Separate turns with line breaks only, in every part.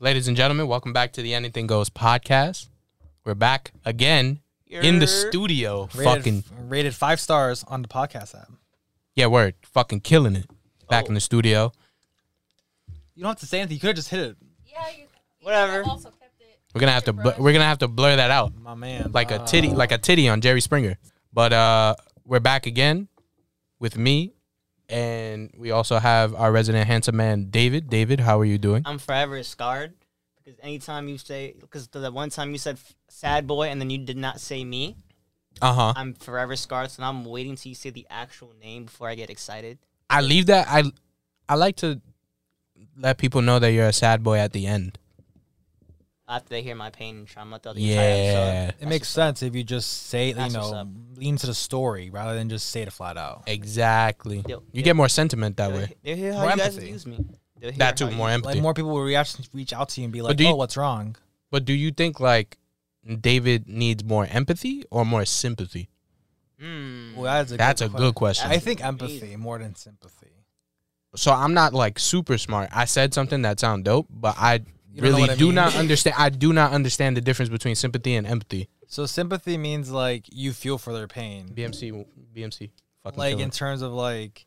Ladies and gentlemen, welcome back to the Anything Goes podcast. We're back again in the studio. Fucking
rated five stars on the podcast app.
yeah, word. Fucking killing it. Back in the studio.
You don't have to say anything. You could have just hit it,
Yeah, you, you
Whatever.
Also kept it.
We're gonna have to bl- we're gonna have to blur that out
my man.
like a
Uh,
titty like a titty on Jerry Springer. But uh we're back again with me, and we also have our resident handsome man David. David, how are you doing?
I'm forever scarred because anytime you say, because the one time you said f- sad boy and then you did not say me,
Uh huh.
I'm forever scarred. So now I'm waiting till you say the actual name before I get excited.
I leave that. I I like to let people know that you're a sad boy at the end.
After they hear my pain and trauma throughout the entire
Yeah,
episode.
It makes sense if you just say, you
That's what's
know,
up.
lean to the story rather than just say it flat out.
exactly.
Yo,
You
yo.
get more sentiment that
They'll,
way.
he- they'll hear how
More
you guys
empathy.
abuse me. They'll hear
That too,
how you-
more
Like
empathy.
more people will react, reach out to you and be
But
like,
do you-
"Oh, what's wrong?"
but do you think like David needs more empathy or more sympathy?
Mm.
Well, that's a
That's a good
question.
question.
I think empathy
Amazing.
more than sympathy.
so I'm not like super smart. I said something that sound dope, but I
You don't know
really
what I
do
mean.
not understand. I do not understand the difference between sympathy and empathy.
So sympathy means like you feel for their pain,
BMC, BMC, fucking
like in terms of like,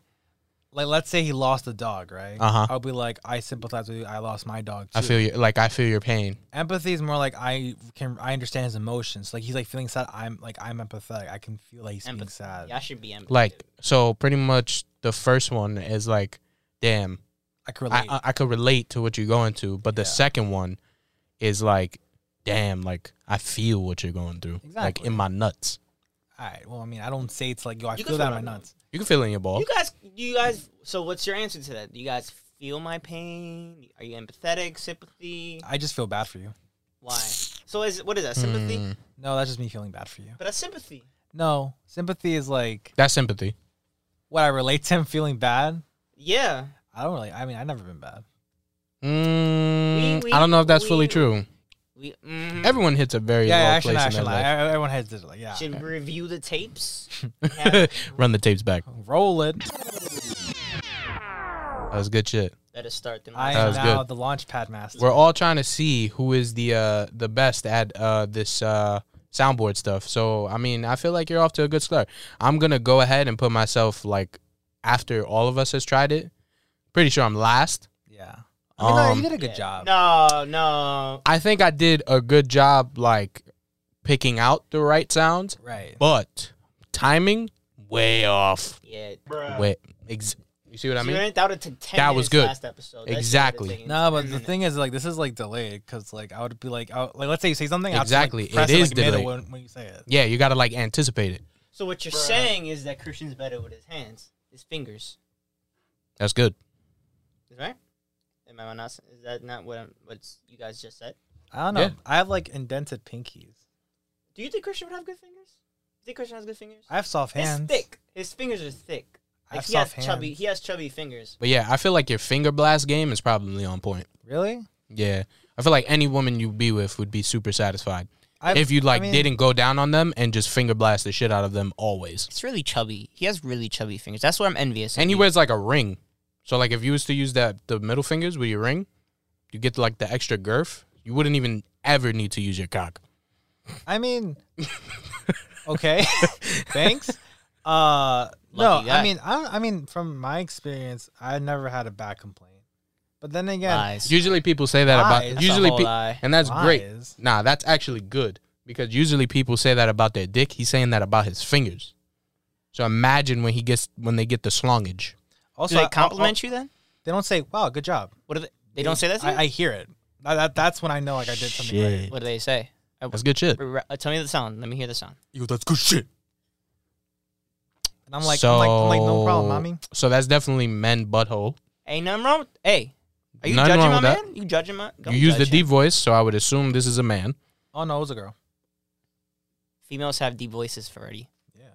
like let's say he lost a dog, right?
Uh-huh.
I'll be like, I sympathize with you. I lost my dog. Too.
I feel your like I feel your pain.
empathy is more like I can I understand his emotions. Like he's like feeling sad. I'm like I'm empathetic. I can feel like he's feeling
Empathy.
sad.
Y'all should be empathy.
Like so, pretty much the first one is like, damn,
I can relate.
I I, I could relate to what you're going to, but the
Yeah.
second one is like, damn, like I feel what you're going through, like
Exactly.
in my nuts.
All right. Well, I mean, I don't say it's like yo. I
You can
feel that in
feel
my
that.
nuts.
You can feel it in your ball.
you guys, you guys, so what's your answer to that? Do you guys feel my pain? Are you empathetic? Sympathy?
I just feel bad for you.
Why? So is what is that? Sympathy?
Hmm.
No, that's just me feeling bad for you.
But that's sympathy.
No, sympathy is like
That's sympathy.
what I relate to him feeling bad.
Yeah.
I don't really. I mean, I've never been bad.
Mm,
we-
Hmm. I don't know if that's fully
we-
true.
We,
mm-hmm.
mhm.
Everyone hits a very
Yeah,
low
yeah I should,
place
I
in their
should lie.
life.
I- I- Everyone has this. Like, yeah,
Should we review the tapes.
Run the tapes back.
roll it.
That was good shit.
Better start than
I
I
That
am
was
now
good.
the launch pad master.
We're all trying to see who is the uh the best at uh this uh soundboard stuff. So I mean, I feel like you're off to a good start. I'm gonna go ahead and put myself like after all of us has tried it. Pretty sure I'm last.
yeah. I mean, no, you
Um,
did a good job.
No, no.
I think I did a good job like picking out the right sounds,
Right.
but timing way off.
Yeah.
Wait, ex- you see what I
you
mean?
went out to ten.
That
minutes
was good.
Last episode. That
Exactly.
shit would've taken
No, but
10
the
minutes.
thing is, like, this is like delayed because, like, I would be like, I, like, let's say you say something,
Exactly. It
I have to, like, press
is
it, like, middle
delayed.
when, when you say it.
Yeah, you gotta like anticipate it.
So what you're saying is that Christian's better with his hands, his fingers,
That's good.
right? Am I not? Is that not what I'm, what's you guys just said?
I don't know.
Yeah.
I have like indented pinkies.
Do you think Christian would have good fingers? Do you think Christian has good fingers?
I have soft
It's
hands.
thick. His fingers are thick.
I
Like,
have
he has
soft
chubby.
hands.
He has chubby fingers.
But yeah, I feel like your finger blast game is probably on point.
Really?
Yeah. I feel like any woman you be with would be super satisfied
I,
if you like
I mean,
didn't go down on them and just finger blast the shit out of them always.
It's really chubby. He has really chubby fingers. That's what I'm envious. of
And he
you.
wears like a ring, so like if you was to use that the middle fingers with your ring, you get like the extra girth. You wouldn't even ever need to use your cock.
I mean, okay, thanks. Uh, no,
Lucky
I
guy.
mean, I don't. I mean, from my experience, I never had a bad complaint. But then again,
Lies.
Usually people say that
Lies.
about
That's
a
usually
whole
pe-
lie.
and that's great.
lies.
Nah, that's actually good because usually people say that about their dick. He's saying that about his fingers. So imagine when he gets when they get the slongage.
Also,
Do
I-
they
I'll-
compliment you then?
I'll- They don't say, "Wow, good job."
What do they? They don't say that. To you?
I, I hear it. That, that that's when I know like I did something right.
what do they say? Uh,
That's good shit.
r- r- uh, tell me the sound. Let me hear the sound.
You that's good shit.
And I'm like, I'm like, I'm like, no problem, mommy.
So that's definitely men butthole.
Ain't nothing wrong. With, hey, are you
Nothing
judging my
wrong with
man? You judging my? don't
you use the
judge him.
deep voice, so I would assume this is a man.
Oh no, it was a girl.
Females have deep voices already.
Yeah.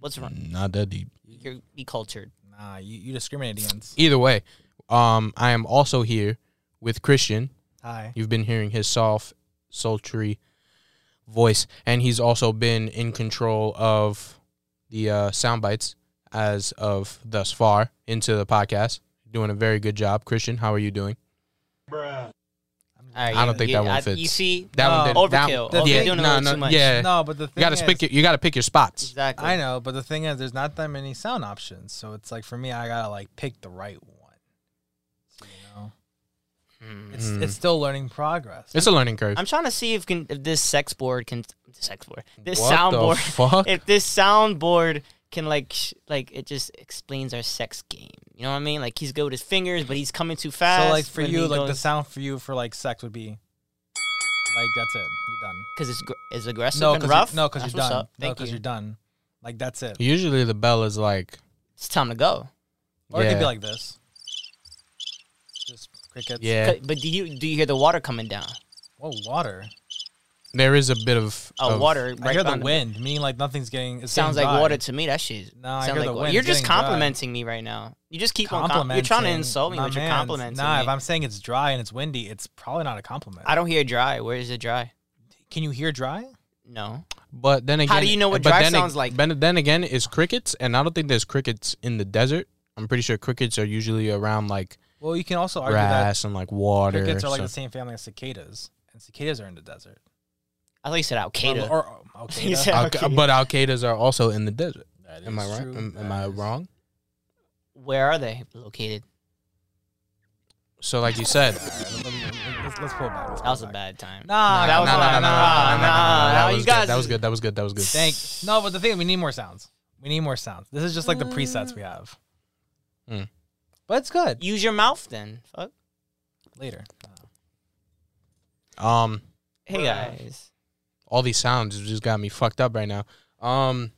What's wrong?
Not that deep.
You're be cultured.
Nah, you, you discriminate against.
Either way, um, I am also here with Christian.
Hi.
You've been hearing his soft, sultry voice, and he's also been in control of the uh, sound bites as of thus far into the podcast. Doing a very good job, Christian. How are you doing?
I'm
All right,
I
you-
don't think
you-
that one
I-
fits.
You see,
That one
no,
Uh,
did- that-
overkill.
that-
overkill.
yeah,
doing
no,
a little
no,
too much.
yeah.
No, but the thing
You gotta
is,
pick your you gotta pick your spots.
exactly.
I know, but the thing is, there's not that many sound options, so it's like for me, I gotta like pick the right one. So, you know,
Hmm.
it's
Mm.
it's still learning progress.
It's a learning curve.
I'm trying to see if can if this sex board can sex board this
What the
soundboard
fuck?
if this soundboard can like sh- like it just explains our sex game. You know what I mean? Like he's good with his fingers, but he's coming too fast.
so like for you, like the sound for you for like sex would be like that's it. You're done.
because it's gr- it's aggressive
No,
and
because
rough.
no, because
That's
you're
what's
done.
up. Thank
no,
you.
because are done. Like that's it.
Usually the bell is like
It's time to go.
Or it could be
Yeah.
like this. Just crickets.
yeah.
'Cause- But do you do you hear the water coming down?
Whoa, water.
There is a bit of,
Oh,
of-
water!
I
Right
hear the
on
wind, meaning like nothing's getting. It
Sounds like water to me. That shit.
No, I
sound
hear
like
the
water.
wind.
You're
It's
just
getting dry.
complimenting me right now. You just keep on. Com-
complimenting.
you're trying to insult me,
my
but you're
man.
complimenting
Nah,
me.
if I'm saying it's dry and it's windy, it's probably not a compliment.
I don't hear dry. Where is it dry?
Can you hear dry?
No.
But then again,
How do you know what
but
dry
then ag-
sounds like?
Then, then again, it's crickets, and I don't think there's crickets in the desert. I'm pretty sure crickets are usually around like
Well, you can also argue
grass and like
that
water.
crickets are like
so-
the same family as cicadas, and cicadas are in the desert.
I thought you said Al-Qaeda.
Or, or oh, okay,
He
that-
said-
Al-
Okay.
But al qaedas are also in the desert.
that
Am I
is
right?
true.
Am, am
That
I
is-
wrong?
Where are they located?
So like you said,
All right, let's- let's, let's pull it back. let's
That
pull
was
it
a
back.
bad time.
Nah,
That
no,
was
no, no,
fine.
no, no, no, no, no,
Nah, nah,
no,
nah,
that
you
was
guys-
good. That was good. That was good. That was good.
Thank. No, but the thing is, we need more sounds. We need more sounds. This is just like the presets we have.
Hmm.
But it's good.
Use your mouth then. Fuck.
Later.
Um,
Hey guys.
all these sounds just got me fucked up right now. Um,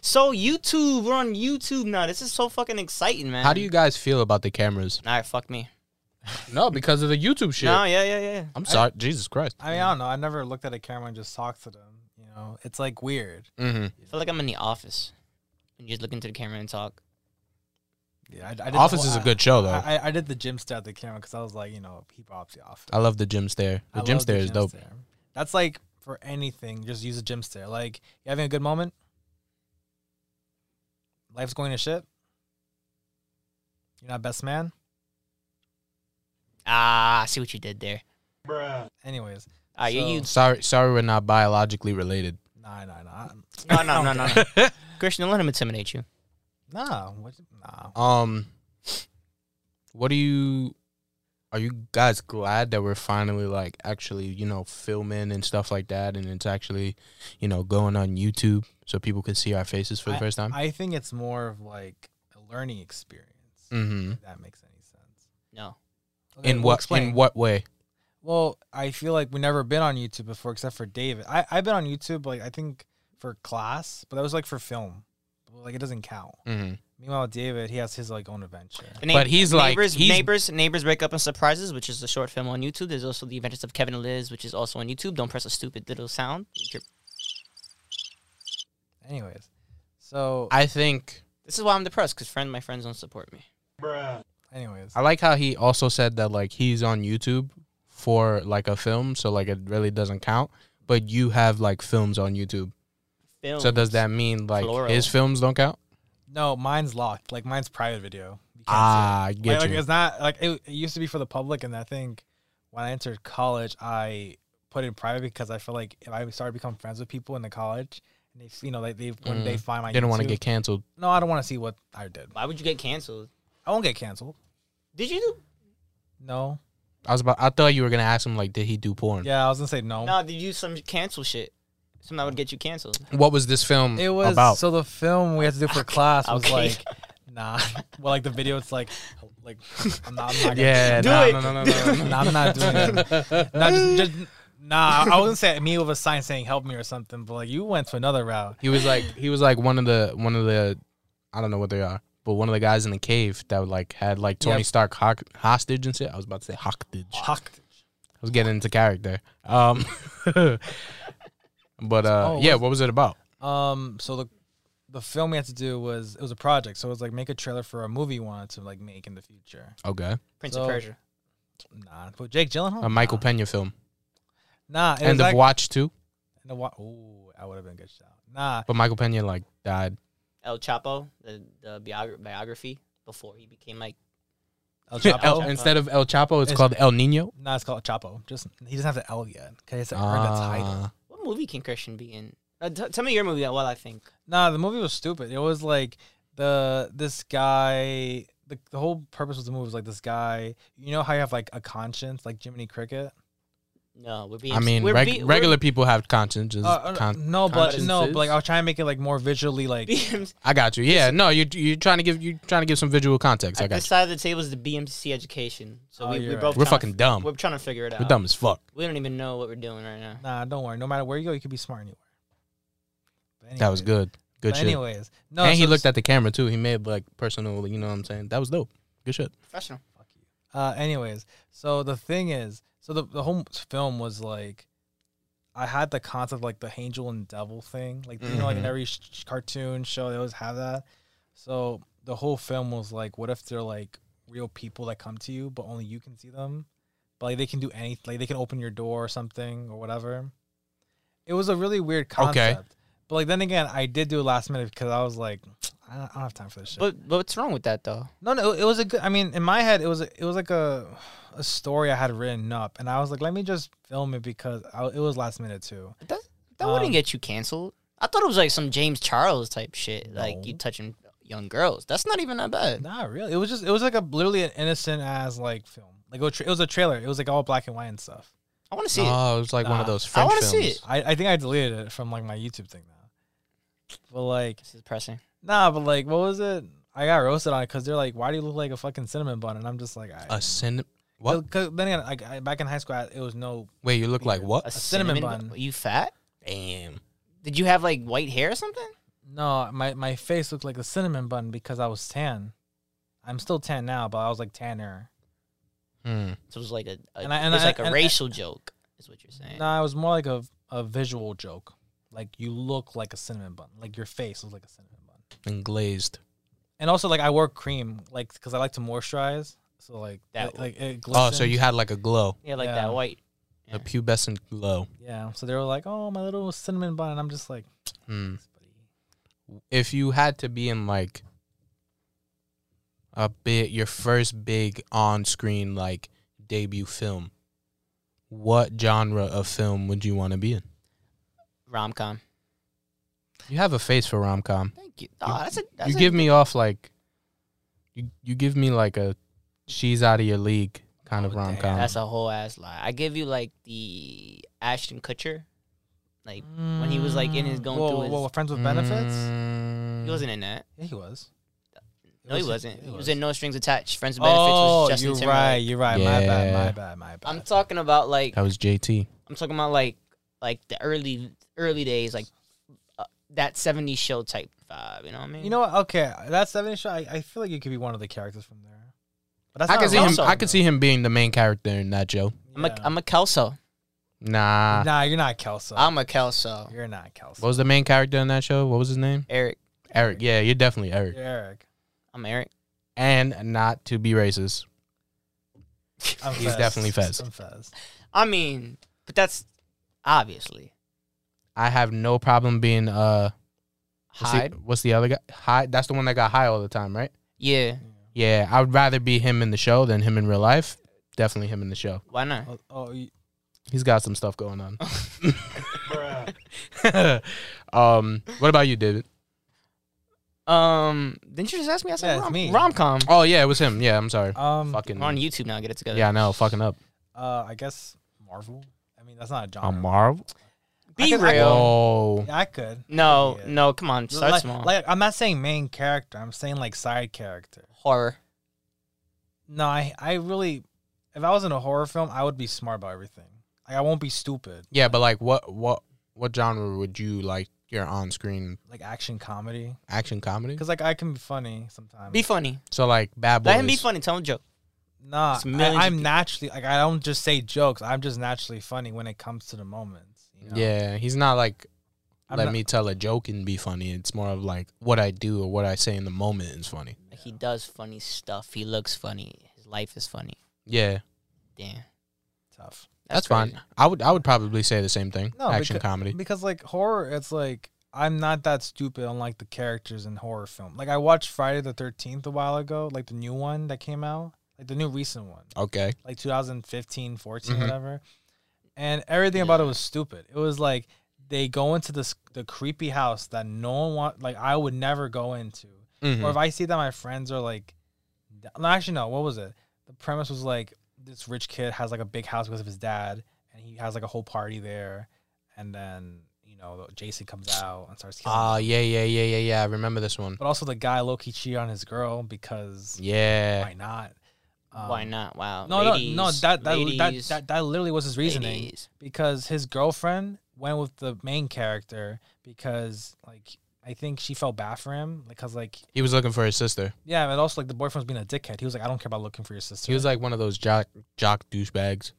So YouTube, we're on YouTube now. This is so fucking exciting, man.
how do you guys feel about the cameras?
All right, fuck me.
No, because of the YouTube shit.
No, yeah, yeah, yeah.
I'm sorry, Jesus Christ.
I mean, I don't know. I never looked at a camera and just talked to them. You know, it's like weird.
Mm-hmm.
I feel like I'm in the office. And you just look into the camera and talk.
Yeah, I, I did the
Office
whole-
is a
I-
good show though. I,
I, I, I did the gym stare at the camera because I was like, you know, he robs the office.
love the gym stare. The
I
gym
love
stare is
gym
dope.
stare. That's like for anything, just use a gym stare. Like you having a good moment, life's going to shit. You're not best man.
Ah, I see what you did there.
Anyways,
Ah, you,
So-
you.
Sorry, sorry, we're not biologically related.
nah, nah, nah, I'm-
No, no, no, no, no. Christian, don't let him intimidate you.
nah, what, nah.
Um, what do you? Are you guys glad that we're finally like actually you know filming and stuff like that, and it's actually you know going on YouTube so people can see our faces for the first time?
I think it's more of like a learning experience.
mm-hmm.
If that makes any sense.
No.
Okay,
In
well,
what
explain.
in what way?
Well, I feel like we've never been on YouTube before, except for David. I I've been on YouTube like I think for class, but that was like for film. Like it doesn't count.
Mm-hmm.
Meanwhile, David he has his like own adventure.
The neigh-
But he's like-
neighbors,
he's-
neighbors, neighbors break up and surprises, which is a short film on YouTube. There's also the Adventures of Kevin and Liz, which is also on YouTube. Don't press a stupid little sound.
Anyways, so
I think
This is why I'm depressed because friend, my friends don't support me.
anyways,
I like how he also said that like he's on YouTube for like a film, so like it really doesn't count. But you have like films on YouTube, so does
Films.
that mean like
Plural.
his films don't count?
no, mine's locked. Like mine's private video. You can't see it.
Ah, I
like,
get
like,
you.
it's not like it, it used to be for the public, and I think when I entered college, I put it in private because I feel like if I started becoming friends with people in the college, and they you know like they when
Mm.
they find my
Didn't want to
YouTube-
get canceled.
no, I don't want to see what I did.
Why would you get canceled?
I won't get canceled.
Did you do?
No.
I was about. I thought you were gonna ask him like, did he do porn?
Yeah, I was gonna say no.
No, did you do some cancel shit? Something that would get you canceled.
What was this film
It was
about?
so the film we had to do for class was
Okay.
like, nah. Well, like the video, it's like, like I'm not, I'm not gonna,
yeah,
Do
no,
it.
no, no, no, no, no.
nah, I'm not doing it. Nah, just, just, nah, I wasn't saying me with a sign saying help me or something, but like you went to another route.
He was like, he was like one of the one of the, I don't know what they are, but one of the guys in the cave that like had like Tony
Yep.
Stark ho- hostage and shit. I was about to say hostage. I
Huck.
was getting into character. Um, but uh,
Oh,
yeah,
was-
what was it about?
Um, so the the film we had to do was it was a project, so it was like make a trailer for a movie you wanted to like make in the future.
Okay,
Prince
So-
of Persia.
Nah, but Jake Gyllenhaal.
a Michael
Nah.
Pena film.
Nah, Oh, it
End
was
of
act-
Watch too,
End of Watch. Ooh, I would have been a good shout. Nah,
but Michael Pena like died.
El Chapo, the, the biogra- biography before he became like
El
El,
Chapo.
instead of El Chapo, it's
It's-
called El Nino.
no, it's called Chapo. Just he doesn't have the L yet. Okay, it's like earned the title.
Ah.
What movie can Christian be in? Uh, t- tell me your movie while I think.
Nah, the movie was stupid. It was like the this guy. The, the whole purpose of the movie was like this guy. You know how you have like a conscience, like Jiminy Cricket.
No, we're being.
I mean,
we're
reg-
be- we're
regular people have consciences.
Uh, uh,
con-
no, but no,
consciences?
but like I was trying to make it like more visually like.
BMC
I got you. Yeah, no, you you trying to give you trying to give some visual context. I
at
got
this
you.
side of the table is the BMC education. So
Oh,
we,
you're
we're
right.
both.
We're
tryna-
fucking dumb.
We're trying to figure it out.
We're dumb as fuck.
We don't even know what we're doing right now.
Nah, don't worry. No matter where you go, you could be smart anywhere. But
That was
anyways-
good. Good
but
shit.
Anyways, no.
and he
so-
looked at the camera too. He made like personal. You know what I'm saying? That was dope. Good shit.
Professional.
Fuck you. Uh, anyways, so the thing is, so the the whole film was like, I had the concept of, like the angel and devil thing, like you know, like in
Mhm.
every sh- sh- cartoon show they always have that. So the whole film was like, what if they're like real people that come to you, but only you can see them, but like they can do anything, like they can open your door or something or whatever. It was a really weird concept. But like then again, I did do it last minute because I was like, I don't, I don't have time for this shit.
But, but what's wrong with that though?
No, no, it was a good. I mean, in my head, it was a, it was like a a story I had written up, and I was like, let me just film it because I, it was last minute too.
That
Um,
wouldn't get you canceled. I thought it was like some James Charles type shit, like
No.
you touching young girls. That's not even that bad.
Not really. It was just it was like a literally an innocent as like film. Like it was, tra- it was a trailer. It was like all black and white and stuff.
I want to see it.
Oh, it was like one of
Nah.
those
I
French
wanna
films.
see it.
I I think I deleted it from like my YouTube thing now. But like
This is depressing.
nah, but like what was it? I got roasted on it because they're like, why do you look like a fucking cinnamon bun? And I'm just like, I.
A cin. What?
Cause then again, like I, back in high school, I, it was no.
Wait, you look like
A
what?
cinnamon
cinnamon,
bun.
bun. You fat?
Damn.
Did you have like white hair or something?
No, my, my face looked like a cinnamon bun because I was tan. I'm still tan now, but I was like tanner.
Hmm.
So it was like a, a
And I- and
it was
I-
like a
and I-
racial joke, is what you're saying.
No, it was more like a, a visual joke. Like you look like a cinnamon bun. Like your face was like a cinnamon bun.
And glazed.
And also, like I wore cream, like because I like to moisturize. So like
That
that, like it
Oh,
glistened.
so you had like a glow,
yeah, like
yeah.
that white.
a pubescent glow.
yeah. So they were like, oh, my little cinnamon bun, and I'm just like,
Mm.
Hmm.
"Thanks, buddy."
If you had to be in like a bit your first big on-screen like debut film, what genre of film would you want to be in?
Rom com.
You have a face for rom com.
Thank you. Oh, that's a, that's
you
a-
give me off like you you give me like a she's out of your league kind of
Oh, damn.
rom com.
That's a whole ass lie. I give you like the Ashton Kutcher. Like
when
he was, like, in his- going
whoa,
through
whoa,
his- Mm.
whoa, friends with benefits.
Mm,
Mm.
he wasn't in that.
Yeah, he was.
No, he
was-
wasn't.
he
He was.
was.
in No Strings Attached. Friends with Benefits
Oh,
was Justin
you're
Timberlake.
right. You're right. My bad.
Yeah.
My bad. My bad.
I'm talking about like
That was JT.
I'm talking about like like the early early days, like uh, that '70s show type vibe. You know what I mean?
You know what? Okay, that seventy shot. I, I feel like you could be one of the characters from there. But that's
I
not
can see him
Kelso,
wrong,
I can
though.
see him being the main character in that Joe.
I'm a
Yeah.
I'm a Kelso.
Nah.
nah, you're not Kelso.
I'm a Kelso.
you're not Kelso.
What was the main character in that show? What was his name?
Eric.
Eric. Yeah, you're definitely Eric.
You're Eric.
I'm Eric.
And not to be racist.
I'm
He's definitely Fez.
I'm Fez.
I mean, but that's obviously
I have no problem being uh what's the-
Hyde.
what's the other guy? Hyde. That's the one that got high all the time, right?
Yeah.
Yeah, I would rather be him in the show than him in real life. Definitely him in the show.
Why not?
Oh, oh, you-
He's got some stuff going on. um, what about you, David?
Um, didn't you just ask me? I
Oh. Yeah,
said
it's me.
rom com.
Oh yeah, it was him. Yeah, I'm sorry.
um,
fucking
We're on YouTube now. Get it together.
yeah, I know. Fucking up.
uh, I guess Marvel. I mean, that's not a genre.
On Marvel.
Be
I can- I-
real.
Oh,
Yeah, I could.
No,
Yeah.
no. Come on. Start
like,
small.
like, I'm not saying main character. I'm saying like side character.
Horror.
No, I, I really, if I was in a horror film, I would be smart about everything. Like, I won't be stupid.
yeah, but like, what, what, what genre would you like your on-screen
Like action comedy,
action comedy?
because like I can be funny sometimes.
Be funny.
So like, Bad Boys.
Let him be funny. Tell him a joke.
Nah,
It's millions
I,
of
I'm
people.
naturally like I don't just say jokes. I'm just naturally funny when it comes to the moments. You know?
Yeah, he's not like.
I'm
let
not-
me tell a joke and be funny. It's more of like what I do or what I say in the moment is funny.
Like, He does funny stuff. He looks funny. His life is funny.
Yeah,
Damn.
tough
that's,
crazy.
fine. I would I would probably say the same thing.
No,
action
becau-
comedy.
because like horror, it's like I'm not that stupid unlike the characters in horror film. Like I watched Friday the Thirteenth a while ago, like the new one that came out, like like the new recent one,
Okay.
like 2015, 14,
Mhm.
Mm-hmm.
whatever. And everything about it was stupid. It was like they go into this the creepy house that no one want. Like I would never go into.
Mhm.
Or if I see that my friends are like, d- no, actually no. What was it? The premise was like this rich kid has like a big house because of his dad, and he has like a whole party there, and then you know Jason comes out and starts killing.
Ah, yeah, yeah, yeah, yeah, yeah. I remember this one.
but also the guy low key cheated on his girl because
Yeah.
why not? Um,
Why not? Wow.
No,
ladies,
no, no. That that, that
ladies,
that that literally was his reasoning
ladies.
because his girlfriend went with the main character because like I think she felt bad for him because like
He was looking for his sister.
yeah, but also like the boyfriend was being a dickhead. He was like, I don't care about looking for your sister.
He was like one of those jock jock douchebags.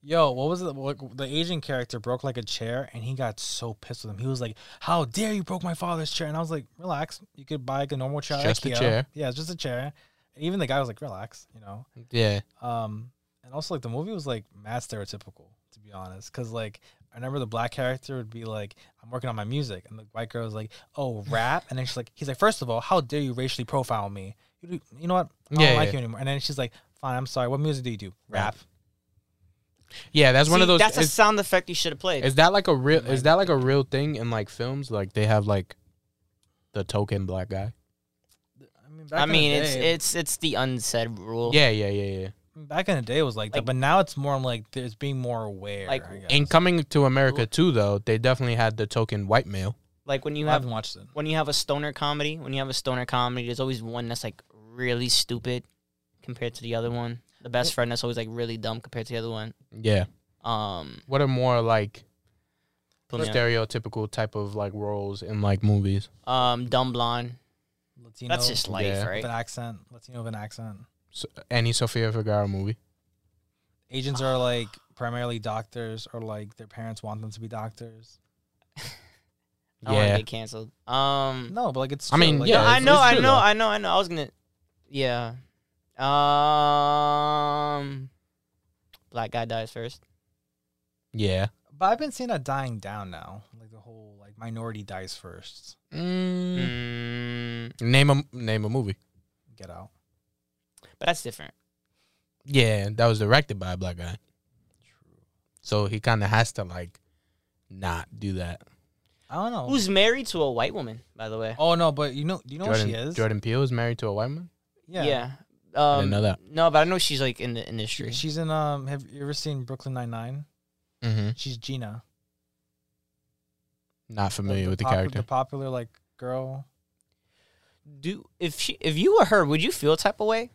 Yo, what was it? What, the Asian character broke like a chair, and he got so pissed with him. He was like, "How dare you broke my father's chair?" And I was like, "Relax, you could buy like a normal chair. at
Just a
IKEA."
chair.
Yeah, it's just a chair." And even the guy was like, "Relax," you know.
Yeah.
Um, and also like the movie was like mad stereotypical to be honest, because like I remember the black character would be like, "I'm working on my music," and the white girl was like, "Oh, rap," and then she's like, "He's like, first of all, how dare you racially profile me? You, do, you know what? I don't
Yeah,
like
yeah.
you anymore." And then she's like, "Fine, I'm sorry. What music do you do? Rap."
Yeah, that's one
See,
of those
That's a
is,
sound effect you should have played.
is that like a real is that like a real thing in like films? Like they have like the token black guy.
I mean,
I
in the
mean, it's
day-
it's it's the unsaid rule.
Yeah, yeah, yeah, yeah.
back in the day it was like, that,
Like-
but now it's more like there's being more aware.
Like,
I guess.
In coming to America too though, they definitely had the token white male.
Like when you
I
have
haven't watched it.
when you have a stoner comedy, when you have a stoner comedy, there's always one that's like really stupid compared to the other one. The best friend that's always like really dumb compared to the other one.
Yeah.
Um,
What are more like
yeah.
stereotypical type of like roles in like movies?
um, dumb blonde.
Latino
That's just life,
yeah.
with
right?
an accent. Latino with an accent.
So, any Sofia Vergara movie?
Agents are like primarily doctors, or like their parents want them to be doctors.
I don't want to get canceled. Um,
No, but like it's.
I
true,
mean,
like,
yeah,
no, I
it's-
know,
it's
I
true,
know,
though.
I know, I know. I was gonna, yeah. Um, black guy dies first.
Yeah.
But I've been seeing that dying down now. Like the whole like minority dies first.
Mm.
Mm,
Name a name a movie.
Get out.
but that's different.
Yeah, that was directed by a black guy,
True.
so he kind of has to like not do that.
I don't
Oh.
know.
Who's married to a white woman, by the way?
Oh no, but you know, you know
Jordan,
what she is.
Jordan Peele is married to a white man.
Yeah.
yeah. Um,
I didn't know that.
No, but I know she's like in the
She-
industry.
she's in. Um, have you ever seen Brooklyn Nine Nine?
Mm-hmm.
She's Gina.
Not familiar with the
popu-
character.
The popular like girl.
Do if she if you were her, would you feel type of way?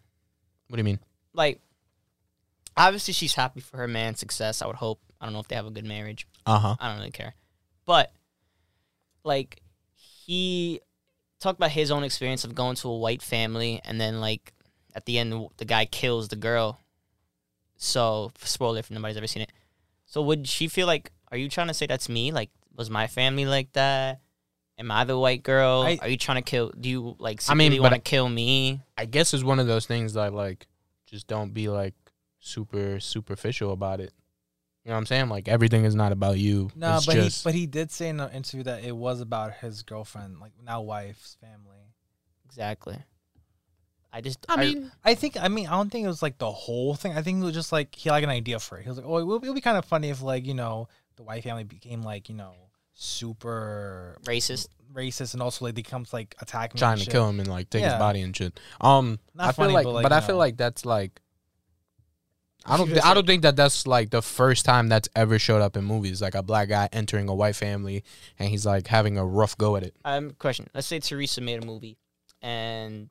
What do you mean?
Like, obviously she's happy for her man's success. I would hope. I don't know if they have a good marriage.
Uh
Uh-huh.
huh.
I don't really care. But like he talked about his own experience of going to a white family, and then like at the end, the guy kills the girl. So spoiler if nobody's ever seen it. So would she feel like? Are you trying to say that's me? Like, was my family like that? Am I the white girl?
I-
are you trying to kill? Do you like?
I mean,
Secretly
but-
want to kill me?
I guess it's one of those things that like just don't be like super superficial about it. You know what I'm saying? Like everything is not about you.
No,
it's
but
just
he but he did say in an interview that it was about his girlfriend, like now wife's family.
Exactly. I just.
I mean,
I think I mean I don't think it was like the whole thing. I think it was just like he had an idea for it. He was like, oh, it would, it would be kind of funny if like you know the white family became like you know super
racist.
racist and also like they comes like attacking
trying to kill him and like take
Yeah.
his body and shit. Um,
Not
I feel
funny,
like,
but,
but,
like,
I
you
feel
know.
like that's like. I
You
don't.
could
thi- I
say-
don't think that that's like the first time that's ever showed up in movies. Like a black guy entering a white family, and he's like having a rough go at it.
um, question. Let's say Teresa made a movie, and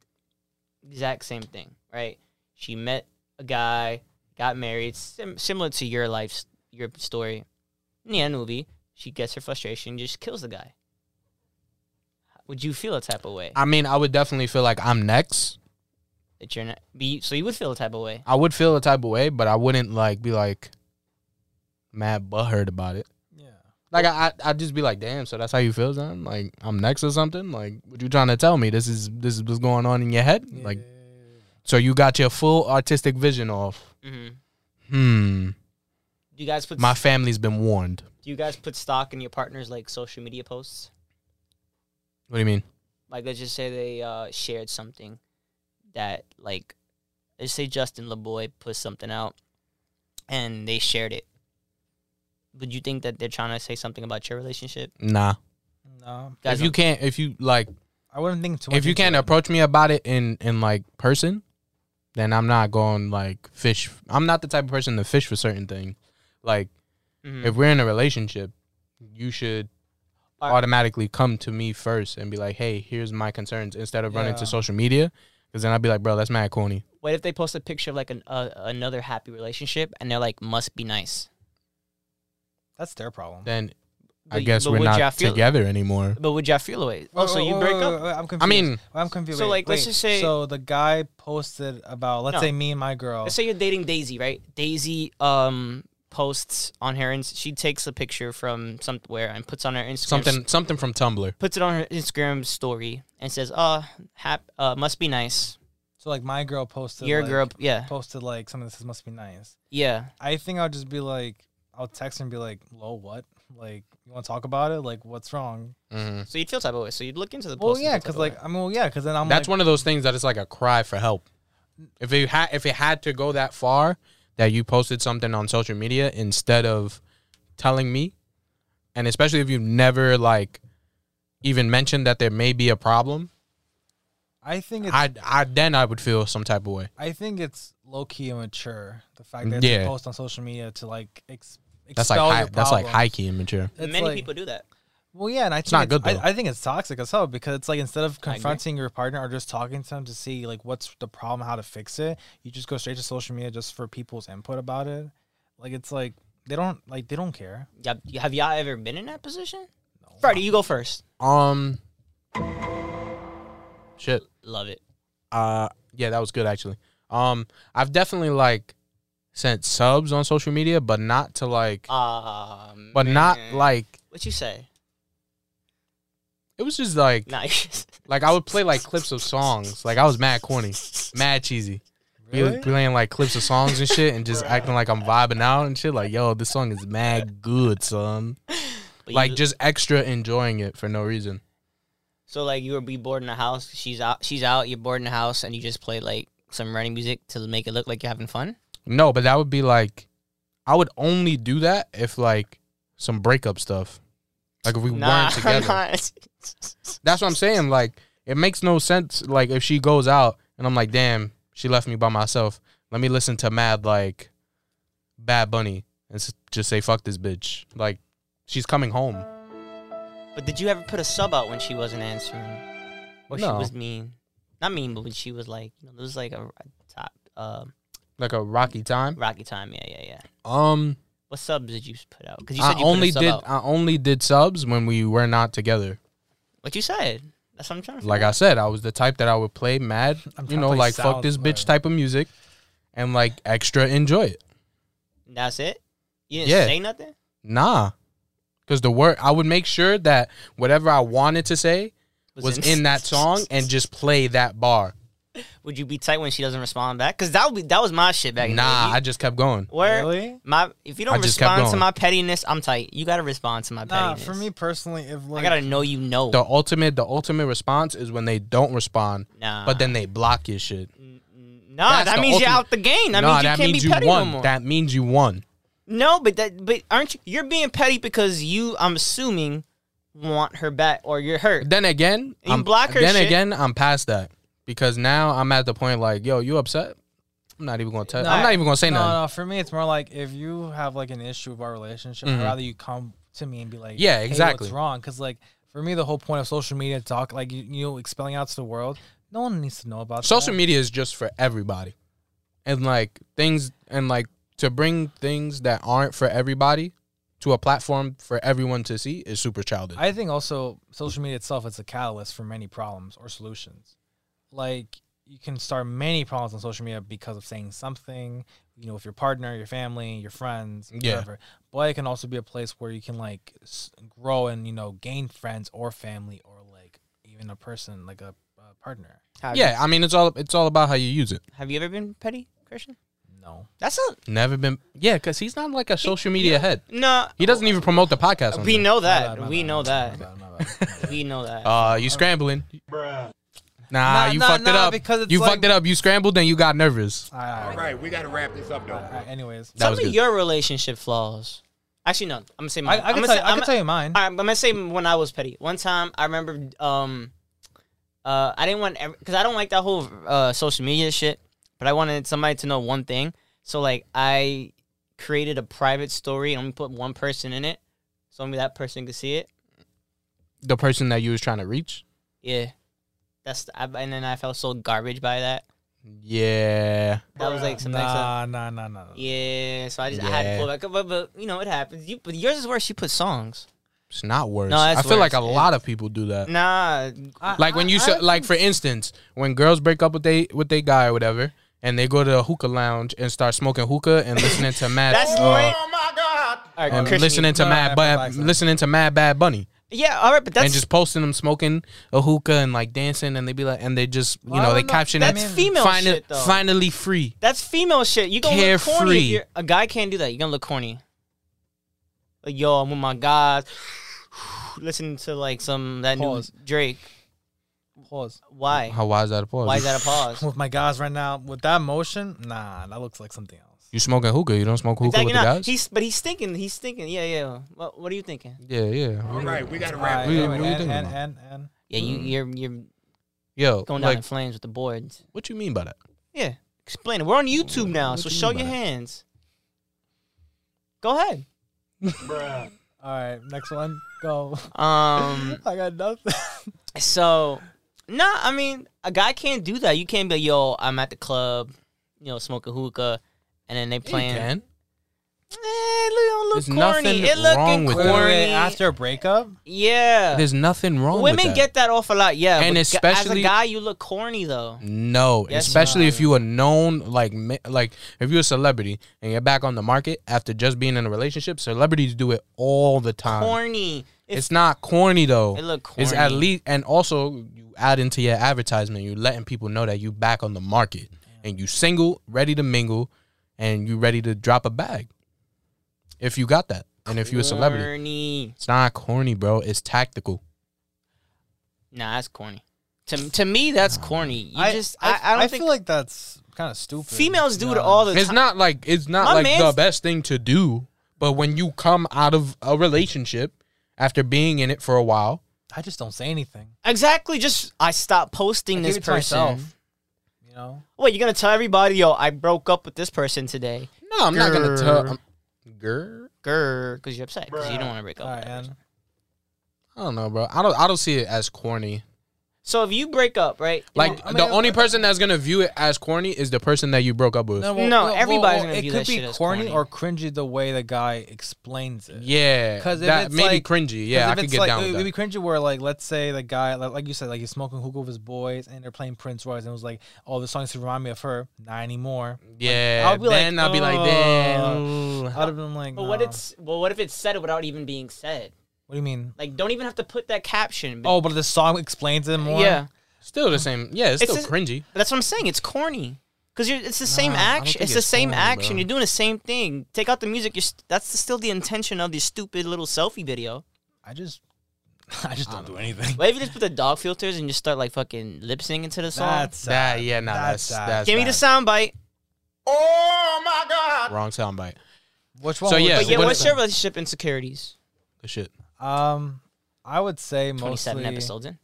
exact same thing, right? She met a guy, got married, sim- similar to your life, your story. In the end movie, she gets her frustration, just kills the guy. Would you feel a type of way?
I mean, I would definitely feel like I'm next.
That you're not, be, so you would feel a type of way.
I would feel a type of way, but I wouldn't like be like mad butthurt about it.
Yeah,
Like I, I- I'd just be like, damn. So that's how you feel, son? Like I'm next or something? Like what you trying to tell me? This is this is what's going on in your head? Like so you got your full artistic vision off.
Mm-hmm.
Hmm.
Do you guys put
My family's been warned.
Do you guys put stock in your partner's like social media posts?
What do you mean?
like let's just say they uh, shared something that like Let's say Justin LeBoy put something out, and they shared it. Would you think that they're trying to say something about your relationship?
Nah.
No,
Guys,
if you
I'm-
can't, if you like,
I wouldn't think too much.
if you
into
can't
it.
approach me about it in in like person, then I'm not going like fish. I'm not the type of person to fish for certain things. Like
Mhm.
if we're in a relationship, you should
Alright.
automatically come to me first and be like, "Hey, here's my concerns," instead of running
Yeah.
to social media. Because then I'd be like, "Bro, that's mad corny."
What if they post a picture of like an, uh, another happy relationship and they're like, must be nice?
that's their problem.
Then I
But-
guess
but
we're
would y'all
not
feel-
together anymore.
But would y'all feel away? Oh, so you break up?
I'm confused.
I mean,
I'm confused.
So,
Wait,
like, let's
wait.
just say-
So the guy posted about, let's
No.
say, me and my girl.
Let's say you're dating Daisy, right? Daisy um posts on her and she takes a picture from somewhere and puts on her Instagram
something something from Tumblr.
puts it on her Instagram story and says, "Uh, hap, uh must be nice.
So like, my girl posted.
Your
like,
girl, yeah,
posted like something that says must be nice.
yeah."
I think I'll just be like, I'll text her and be like, "Lol, what? Like, you want to talk about it? Like, what's wrong?"
Mhm.
So you'd feel type of way. So you'd look into the
Well,
post and
yeah,
feel type
because
of way.
like, I mean, well, yeah, because then I'm
That's
like,
one of those things that it's like a cry for help. If it had if it had to go that far that you posted something on social media instead of telling me, and especially if you've never like even mentioned that there may be a problem,
I think it's, I,
I I then I would feel some type of way.
think it's low key immature the fact that
Yeah.
you post on social media to like ex-
That's
expel
like high,
your
that's like
problems.
high key immature.
It's
many
like-
people do that.
Well, yeah, and I
not
think
good, though.
I, I think it's toxic as hell because it's like instead of
agree.
confronting your partner or just talking to them to see like what's the problem, how to fix it, you just go straight to social media just for people's input about it. Like it's like they don't like they don't care.
Yeah, you- have y'all ever been in that position?
No.
Freddie, you go first.
Um, shit.
Love it.
Uh, yeah, that was good actually. Um, I've definitely like sent subs on social media, but not to like,
Um,
but not
man.
like.
what you say.
It was just like,
Nice.
like I would play like clips of songs. Like I was mad corny, mad cheesy. Be
Really?
playing like clips of songs and shit, and just acting like I'm vibing out and shit. Like, yo, this song is mad good, son.
But
Like
you-
just extra enjoying it for no reason.
so like you would be bored in the house. She's out. She's out. You're bored in the house, and you just play like some running music to make it look like you're having fun.
No, but that would be like, I would only do that if like some breakup stuff. Like if we weren't together. That's what I'm saying. Like it makes no sense. Like if she goes out and I'm like, damn, she left me by myself. Let me listen to Mad like Bad Bunny and s- just say fuck this bitch. Like she's coming home.
But did you ever put a sub out when she wasn't answering? Or she
No.
was mean? Not mean, but when she was like, you know, there was like a, a top uh,
Like a rocky time.
Rocky time. Yeah, yeah, yeah.
Um,
What subs did you put out? Because you
I
said you
only
put a sub
did
out.
I only did subs when we were not together.
What you said? That's what I'm trying to.
Like I said, I was the type that I would play Mad,
I'm
you
trying to
know,
play
like fuck
South
this bitch
Park.
type of music, and like extra enjoy it.
figure out. That's it. You didn't
Yeah.
say nothing.
Nah, because the word I would make sure that whatever I wanted to say was in that song and just play that bar.
Would you be tight when she doesn't respond back? Because that would be that was my shit back. in the day.
Nah,
You-
I just kept going.
Where
Really?
my if you
I
don't
just kept
respond to
going.
my pettiness, I'm tight. You gotta respond to my
Nah,
pettiness.
for me personally, if
I
like
gotta know you know.
The ultimate, the ultimate response is when they don't respond,
nah,
but then they block your shit.
nah,
that's
that
the
means you're
ultimate-
out the game. That
nah,
means you
that
can't
means
be
you
petty
won.
no more.
That means you won.
No, but that but aren't you you're being petty because you I'm assuming want her back or you're hurt.
Then again,
You
I'm,
block her
Then
shit.
again, I'm past that because now I'm at the point like, yo, you upset? I'm not even gonna tell.
No,
I'm not even gonna say
no,
nothing.
no. For me, it's more like if you have like an issue with our relationship,
Mhm.
I'd rather you come to me and be like,
Yeah,
"Hey,
exactly.
what's wrong? Because like for me, the whole point of social media talk, like you, you know, expelling out to the world, no one needs to know about
Social
that.
media is just for everybody, and like things and like to bring things that aren't for everybody to a platform for everyone to see is super childish.
I think also social media itself is a catalyst for many problems or solutions. Like you can start many problems on social media because of saying something, you know, with your partner, your family, your friends,
Yeah.
whatever. But it can also be a place where you can like s- grow and you know gain friends or family or like even a person like a, a partner.
Have you-
yeah, I mean it's all it's all about how you use it.
have you ever been petty, Christian?
No,
That's a
Never been yeah, because he's not like a social media head.
no.
He doesn't even promote the podcast. On
We
there.
know
My bad,
that.
my
We
bad,
know
my bad, Oh,
that.
my bad, my bad, my bad.
We know that.
Uh, you scrambling? Nah,
Nah,
you
nah,
fucked it
nah,
up.
because it's
you
like-
fucked it up. You scrambled and you got nervous.
All right, all
All
right,
right, we got to wrap this up, though.
all right, anyways,
That
Tell
was
me
good.
your relationship flaws. Actually, no. I'm gonna say
I,
mine.
I
am
can
gonna
tell,
say,
you, I
I'm
can tell you mine.
All right, I'm gonna say when I was petty. One time, I remember, um, uh, I didn't want because I don't like that whole uh, social media shit, but I wanted somebody to know one thing. So like, I created a private story and only put one person in it, so only that person could see it.
The person that you was trying to reach.
Yeah, that's I, and then I felt so garbage by that.
Yeah.
That was like some next. up.
Nah, nah, nah, nah, nah.
Yeah, so I just I had to
Yeah.
pull back up, but, but you know it happens. You, but yours is worse. You put songs.
It's not worse.
No, that's
I feel like a
worse.
lot of people do that.
Nah,
I-
Like when
I-
you
I
s
don't
like
think-
for instance, when girls break up with they with they guy or whatever, and they go to a hookah lounge and start smoking hookah and listening to mad
That's
uh,
lit.
Oh my God!
all right,
and
Christian,
listening to
No,
mad
I
bad
relax on it.
listening to mad bad bunny
Yeah, all right, but that's
and just posting them smoking a hookah and like dancing and they be like and they just you
Well, I
know they
don't know.
caption
that's
it
mean,
female
Fina-
shit though.
finally free.
That's female shit. You gonna look corny.
Carefree.
If you're, a guy can't do that. You gonna look corny. Like yo, I'm with my guys. Listen to like some that
Pause.
new Drake.
Pause.
Why?
How why is that a pause?
Why is that a pause?
With my guys right now, with that motion, nah, that looks like something else.
You smoking hookah? You don't smoke hookah
Exactly
with the
not.
guys?
He's but he's thinking. He's thinking. Yeah, yeah. What What are you thinking?
yeah, yeah.
All right, we got to
All
wrap
right,
We-
it
we-
up.
anyway,
we
and,
thinking
and,
about?
and and
Yeah, you you're you're
Yo,
going down in
Mm. like
flames with the boards.
what you mean by that?
Yeah, explain it. We're on YouTube now,
What
so
do you
show
mean by
your
that?
hands. Go ahead.
all right, next one, go.
Um.
I got nothing.
So, no, I mean, a guy can't do that. You can't be like, yo, I'm at the club, you know, smoking hookah, and then they playing.
You can.
Eh, it look, it
There's
look corny.
nothing
It looking
wrong with
Wait, wait,
corny.
wait, after a breakup,
yeah.
There's nothing wrong. with
Uh, Women
that.
get that off a lot, yeah.
And
but gu- as a
especially-
guy, you look corny though.
No,
Yes,
especially
no.
if you a known like ma- like if you're a celebrity and you're back on the market after just being in a relationship. Celebrities do it all the time.
Corny. It's,
It's not corny though.
it look corny.
It's at least and also you add into your advertisement. You're letting people know that you back on the market and you single, ready to mingle, and you ready to drop a bag. If you got that, and if you're a celebrity,
Corny.
it's not corny, bro. It's tactical.
Nah, that's corny. To to me, that's corny. You just I, I, don't think
feel like that's kind of stupid.
females do it
Yeah.
all the
It's
time.
not like it's not
My
like the
man's-
best thing to do, but when you come out of a relationship after being in it for a while,
I just don't say anything.
exactly. Just I stopped posting
I keep
this
it to
person.
myself, you know.
Wait, you're gonna tell everybody, yo, I broke up with this person today.
no, I'm not gonna
Grr.
tell. um, I'm, grr.
Grr, because you're upset because you don't want to break up.
All right,
with that
and
person.
I don't know, bro. I don't. I don't see it as corny.
so if you break up, right?
Like
I mean,
the
I-
only person that's gonna view it as corny is the person that you broke up with.
No, everybody's gonna
it
view
could
that
be
shit as
corny,
corny.
or cringy the way the guy explains it.
Yeah,
'Cause if
that
it's
maybe
like-
cringy.
'Cause
Yeah, I
if
could
it's
get
like,
down
it
with
would be
that.
cringy where like let's say the guy like, like you said like he's smoking hookah with his boys and they're playing Prince Royce and it was like oh the songs to remind me of her not anymore
Yeah,
I'll be like, "Oh."
then I'll be like,
"Ugh."
damn.
I'd have been like
but what
nah.
it's but what if it's said without even being said?
what do you mean
Like, don't even have to put that caption.
oh but the song explains it
Oh,
more
yeah,
Still the same. Yeah, it's,
It's
still
just-
cringy.
that's what I'm saying. It's corny because you're. It's the same
Nah, I don't
action.
think
It's the
it's
same
corny,
action.
bro.
You're doing the same thing. Take out the music. You're. St- that's still the intention of this stupid little selfie video.
I just I just don't do anything
What if you just put the dog filters and just start like fucking lip syncing to the song?
that's sad.
That, yeah, nah, that's
sad.
that's
Give me the
bad.
sound bite.
Oh my God!
wrong soundbite.
which one
So,
would-
yeah,
But yeah,
what-
what's your relationship insecurities?
Good shit.
um I would say
Twenty-seven
mostly
episodes in.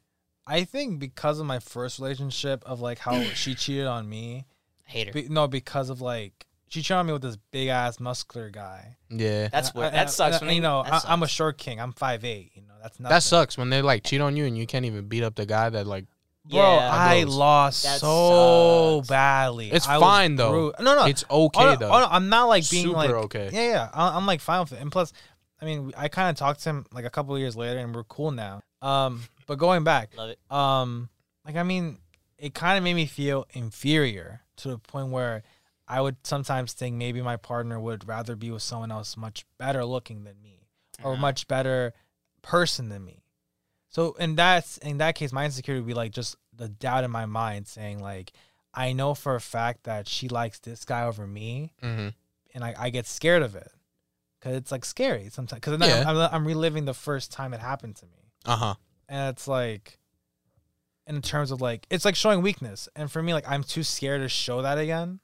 I think because of my first relationship of like how she cheated on me
Hater.
be, no because of like she cheated on me with this big ass muscular guy
Yeah,
That's
And I-
weird.
and
That
I-
sucks.
and I-
when
you
they-
know,
that
I,
sucks.
I'm a short king. I'm 5'8". You know, that's nothing.
that sucks when they like cheat on you and you can't even beat up the guy that like.
Bro,
Yeah,
I
blows.
lost
That
so
sucks.
badly.
It's
I was
fine though.
bruised. No, no.
It's
Oh,
okay
no,
though.
oh, no, I'm not like being
Super
like
okay.
Yeah, yeah. I, I'm like fine with it. And plus, I mean, I kind of talked to him like a couple of years later, and we're cool now. Um, but going back,
Love it.
um, like I mean, it kind of made me feel inferior to the point where I would sometimes think maybe my partner would rather be with someone else much better looking than me or
Uh-huh.
much better person than me. So in that's in that case, my insecurity would be like just the doubt in my mind saying like, I know for a fact that she likes this guy over me,
hmm
and I, I get scared of it because it's like scary sometimes because
Yeah. Uh-huh.
I'm, I'm, I'm reliving the first time it happened to me
Uh huh.
and it's like in terms of like it's like showing weakness. And for me, like I'm too scared to show that again.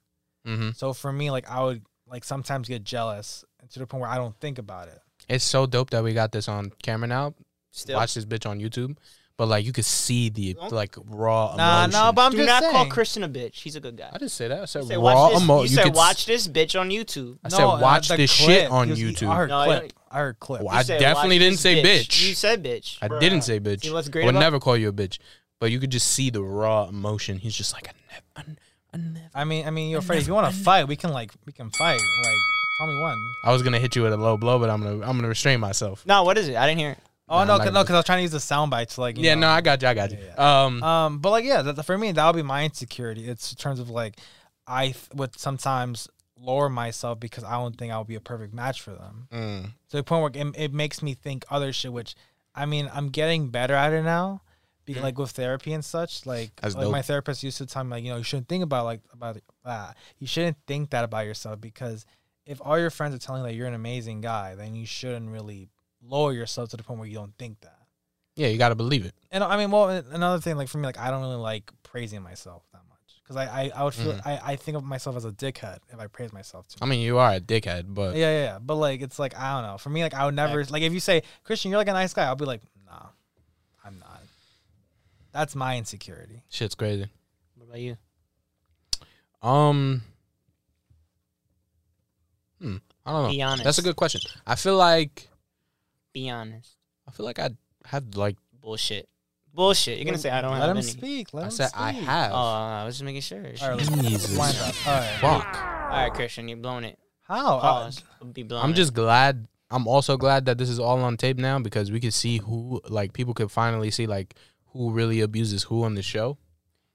Mm-hmm.
So for me, like I would like sometimes get jealous and to the point where I don't think about it.
It's so dope that we got this on camera now.
Still,
Watch this bitch on YouTube. But like you could see the like raw
Nah,
emotion.
nah, but I'm
do
just
not
saying.
call Christian a bitch. He's a good guy.
I didn't say that. I said,
You said,
raw
watch this,
emotion.
you said watch this bitch on YouTube.
I said watch
the
this shit
clip.
on
He was- he-
YouTube.
I heard
No, I
clip.
don't-
I heard clip.
Well,
You
I
said,
definitely
"Watch
didn't
this
say bitch.
You said bitch.
I didn't say bitch.
See what's great
I would
about-
never call you a bitch. But you could just see the raw emotion. He's just like, I never. I, never.
I mean, I mean, you're afraid. If you want to fight, we can like we can fight. Like, tell me when.
I was gonna hit you with a low blow, but I'm gonna I'm gonna restrain myself.
No, what is it? I didn't hear it.
Oh
Nah,
no,
I'm
no,
not
because I was trying to use the sound bites. Like, you
Yeah,
know.
no, I got you. I got you.
Yeah,
Um,
Um, but like, yeah, that, for me, that would be my insecurity. It's in terms of like, I th- would sometimes lower myself because I don't think I would be a perfect match for them.
mm,
To the point where it, it makes me think other shit. Which, I mean, I'm getting better at it now. Be, like with therapy and such, like,
Mm. That's
like
dope.
my therapist used to tell me, like, you know, you shouldn't think about like about that. You shouldn't think that about yourself because if all your friends are telling you that you're an amazing guy, then you shouldn't really lower yourself to the point where you don't think that.
yeah, you gotta believe it.
And I mean, well, a- another thing, like for me, like I don't really like praising myself that much because I, I, I would
Mm-hmm.
feel I, I think of myself as a dickhead if I praise myself too.
I
much.
mean, you are a dickhead, but
yeah, yeah, yeah. But like, it's like I don't know. For me, like I would never like if you say Christian, you're like a nice guy. I'll be like, nah, I'm not. That's my insecurity.
shit's crazy.
What about you?
Um, hmm, I don't know.
Be honest.
That's a good question. I feel like
Be honest.
I feel like I have like
Bullshit. Bullshit. You're gonna say I don't
Let
have
him
any.
speak. Let
I
him
said I
speak.
have.
Oh, I was just making sure.
All right, let's
Jesus.
wind up. All right.
Fuck.
All right, Christian, you're blowing it.
How? Uh,
Pause. Be blowing
Oh, I'm
it.
just glad. I'm also glad that this is all on tape now because we could see who like people could finally see like who really abuses who on the show.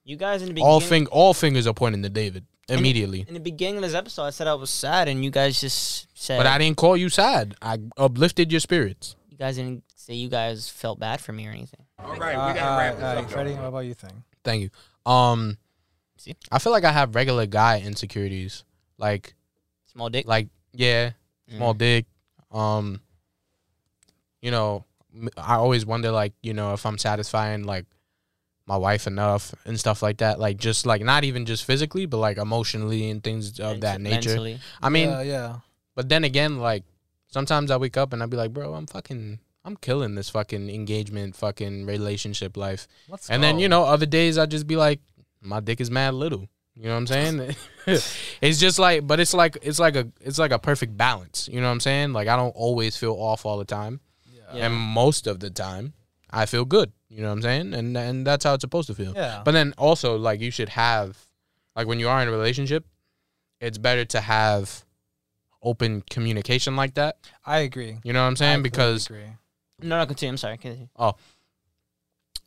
You guys in the beginning.
All fing all fingers are pointing to David immediately.
in the beginning of this episode, I said I was sad, and you guys just said.
But I didn't call you sad. I uplifted your spirits.
you guys didn't say you guys felt bad for me or anything.
All right,
all
we
right,
gotta
all
wrap
right,
this
all
up.
right.
though.
Freddie, what about Uh, you? Thing.
Thank you. Um,
See?
I feel like I have regular guy insecurities, like
Small dick. Mm.
like yeah, small dick. Um, you know, m- I always wonder like you know if I'm satisfying like my wife enough and stuff like that. Like just like not even just physically, but like emotionally and things of that
Menti-
nature.
mentally.
I mean,
yeah, yeah.
but then again, like sometimes I wake up and I'd be like, bro, I'm fucking. I'm killing this fucking engagement, fucking relationship life.
Let's
And then,
go.
you know, other days I just be like, my dick is mad little. You know what I'm saying? it's just like, but it's like it's like a it's like a perfect balance. You know what I'm saying? Like I don't always feel off all the time,
Yeah.
and most of the time I feel good. You know what I'm saying? And and that's how it's supposed to feel.
Yeah.
But then also like you should have, like when you are in a relationship, it's better to have open communication like that.
I agree.
You know what I'm
I
saying?
fully
Because
agree.
No, no, continue. I'm sorry. Continue.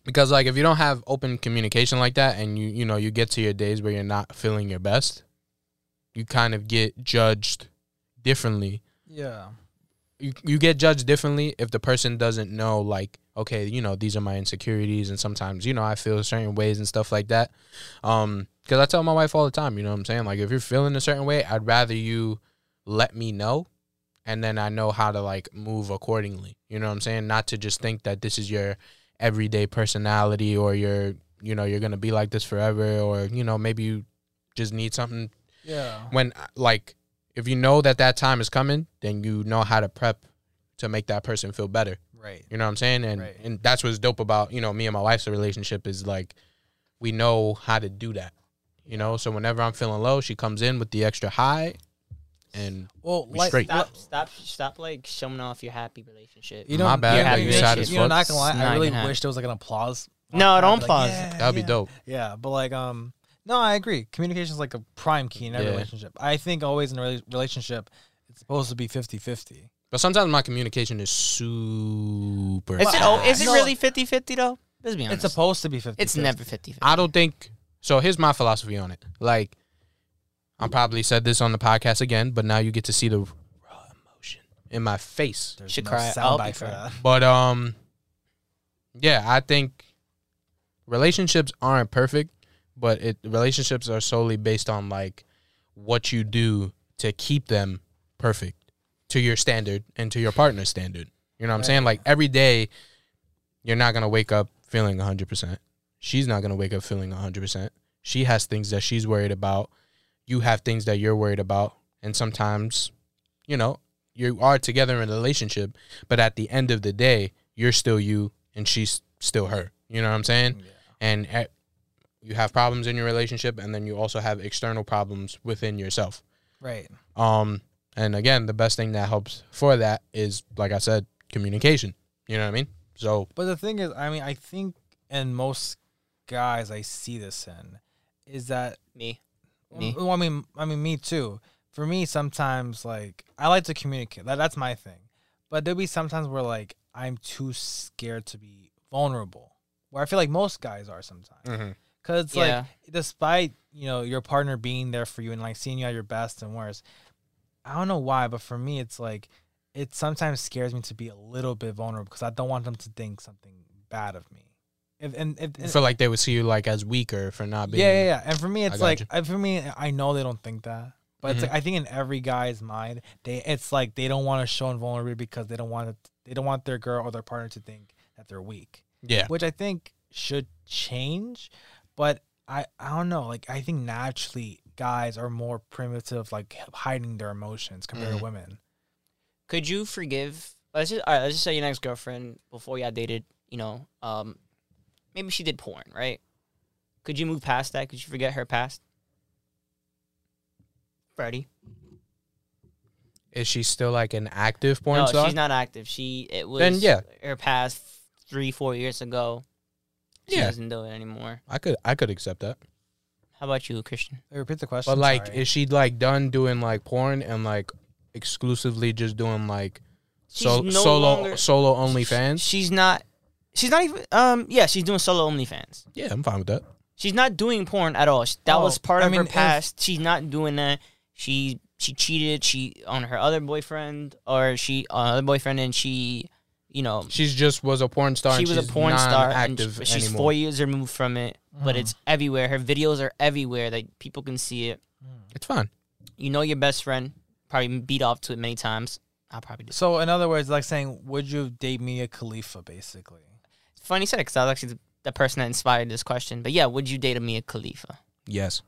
because like if you don't have open communication like that and you you know you get to your days where you're not feeling your best you kind of get judged differently
yeah.
you, you get judged differently if the person doesn't know like okay you know these are my insecurities and sometimes you know i feel certain ways and stuff like that um because i tell my wife all the time you know what i'm saying like if you're feeling a certain way i'd rather you let me know and then i know how to like move accordingly you know what i'm saying not to just think that this is your everyday personality or your you know you're gonna be like this forever or you know maybe you just need something
Yeah.
when uh, like if you know that that time is coming then you know how to prep to make that person feel better
Right.
you know what i'm saying and
Right.
and that's what's dope about you know me and my wife's relationship is like we know how to do that you know so whenever i'm feeling low she comes in with the extra high and
Well,
We
like,
straight.
Stop, stop, stop! Like showing off your happy relationship.
You
My
know,
bad,
You,
but
you,
you sad as
you know,
fuck.
not gonna lie,
It's
I
not
really
gonna
wish there was like an applause.
No,
I'd be
don't
like,
pause.
yeah,
that'd be
yeah.
dope
Yeah, but like, um, no, I agree. Communication is like a prime key in every
Yeah.
relationship. I think always in a rela- relationship, it's supposed to be 50-50.
but sometimes my communication is super
Is it,
bad.
oh, is it
No.
really 50 50 though? Let's be honest.
It's supposed to be 50
It's never 50 50.
I don't think so. Here's my philosophy on it. Like, I probably said this on the podcast again, but now you get to see the raw emotion in my face.
There's
Should
no
cry. I'll be
soundbite for
crying.
that.
But um, yeah, I think relationships aren't perfect, but it relationships are solely based on like what you do to keep them perfect to your standard and to your partner's standard. You know what I'm saying? Like every day, you're not gonna wake up feeling 100. percent she's not going to wake up feeling 100%. She has things that she's worried about. You have things that you're worried about. And sometimes, you know, you are together in a relationship, but at the end of the day, you're still you and she's still her. You know what I'm saying?
Yeah.
And eh, you have problems in your relationship and then you also have external problems within yourself.
Right.
Um, and again, the best thing that helps for that is, like I said, communication. You know what I mean? So
But the thing is, I mean, I think, and most guys I see this in, is that
Me. Me.
Mm, Well, I mean, I mean, me too. For me, sometimes like I like to communicate. That, that's my thing. But there'll be sometimes where like I'm too scared to be vulnerable. Where I feel like most guys are sometimes. Cause it's
Mm, Yeah.
like, despite you know your partner being there for you and like seeing you at your best and worst, I don't know why, but for me, it's like it sometimes scares me to be a little bit vulnerable because I don't want them to think something bad of me. If and if
I feel like they would see you like as weaker for not being.
yeah, yeah, yeah. And for me,
I
it's
got
like
you.
I for me, I know they don't think that, but it's
Mhm.
like I think in every guy's mind, they it's like they don't want to show vulnerability because they don't want it, they don't want their girl or their partner to think that they're weak,
yeah.
which I think should change. But I I don't know. Like I think naturally guys are more primitive, like hiding their emotions compared
Mhm.
to women.
Could you forgive? Let's just all right. Let's just say your next girlfriend before y'all dated. You know, um, maybe she did porn, right? Could you move past that? Could you forget her past? Freddie.
Is she still like an active porn
no,
star?
she's not active. She it was
Then, yeah.
her past three four years ago. She
Yeah.
doesn't do it anymore.
I could I could accept that.
How about you, Christian?
Wait, Repeat the question.
But like,
sorry.
is she like done doing like porn and like exclusively just doing like
She's
so,
no
solo
longer-
solo only fans?
She's not. She's not even. Um. Yeah. She's doing solo OnlyFans.
yeah, I'm fine with that.
She's not doing porn at all. She- That
Oh,
was part
I
of her
mean, if-
past. she's not doing that. She she cheated. She on her other boyfriend or she on her other boyfriend, and she, you know,
She's just was a porn star.
she
and
was a
she's
porn star. And
non-active
sh- she's
anymore. Mm.
four years removed from it, but it's everywhere. Her videos are everywhere. Like people can see it.
It's fine.
You know your best friend probably beat off to it many times. I probably did.
so in other words, like saying, would you date Mia Khalifa, basically?
Funny said because I was actually the, the person that inspired this question. But yeah, would you date a Mia Khalifa?
Yes.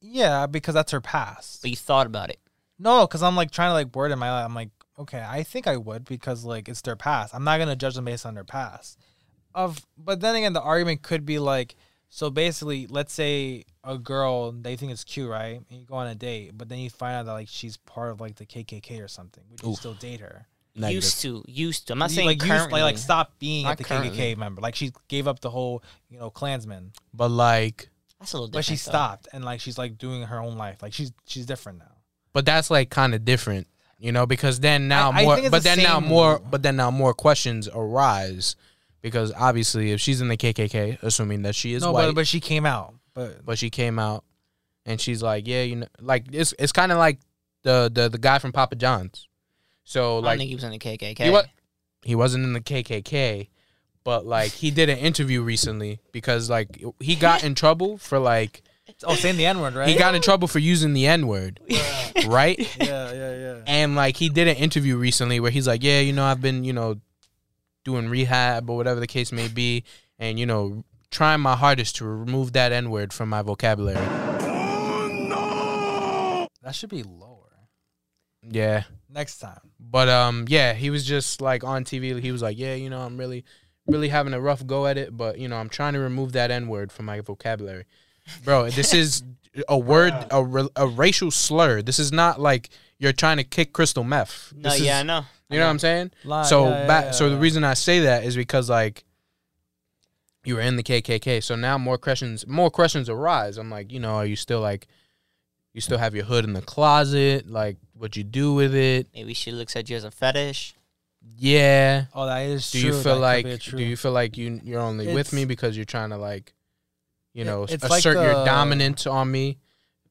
Yeah, because that's her past.
But you thought about it.
No, because I'm like trying to like word in my life. I'm like, okay, I think I would because like it's their past. I'm not gonna judge them based on their past. Of, but then again, the argument could be like, so basically, let's say a girl they think is cute, right? And you go on a date, but then you find out that like she's part of like the KKK or something. Would you
Oof.
still date her?
Negative.
Used to, used to. I'm not
You,
saying
like, you,
currently.
like like stop being
Not
at the
currently.
KKK member. Like she gave up the whole you know Klansman,
But like
That's a little different.
but she
though.
stopped and like she's like doing her own life. Like she's she's different now.
but that's like kind of different you know because then now
I
more
think it's
but
the
then now
same-
more but then now more questions arise because obviously if she's in the KKK assuming that she is
no,
white
but
but,
but she came out. But
she came out and she's like yeah you know like it's it's kind of like the, the the guy from Papa John's so
I don't
like
think he was in the KKK.
he was he wasn't in the KKK but like he did an interview recently because like he got in trouble for like
oh, saying the N word, right?
he got in trouble for using the n word right
yeah, yeah, yeah.
And like he did an interview recently where he's like, "Yeah, you know, I've been, you know, doing rehab or whatever the case may be, and you know, trying my hardest to remove that N word from my vocabulary."
That should be lower
Yeah,
next time.
but um, yeah, he was just like on TV. He was like, "Yeah, you know, I'm really, really having a rough go at it, but you know, I'm trying to remove that N word from my vocabulary." Bro, this is a word, a, ra- a racial slur. This is not like you're trying to kick crystal meth.
No,
This is-
yeah, I know.
You know what I'm saying?
Lie-
so
Uh, yeah, yeah,
back,
yeah,
so the
yeah.
reason I say that is because like you were in the KKK, so now more questions, more questions arise. I'm like, you know, are you still like, you still have your hood in the closet? Like, what you do with it?
Maybe she looks at you as a fetish.
Yeah.
Oh, that is
Do
true.
you feel
That could
like
be
do you feel like you you're only with
It's-
me because you're trying to like, you
It-
know,
it's
assert
like
your
the-
dominance on me?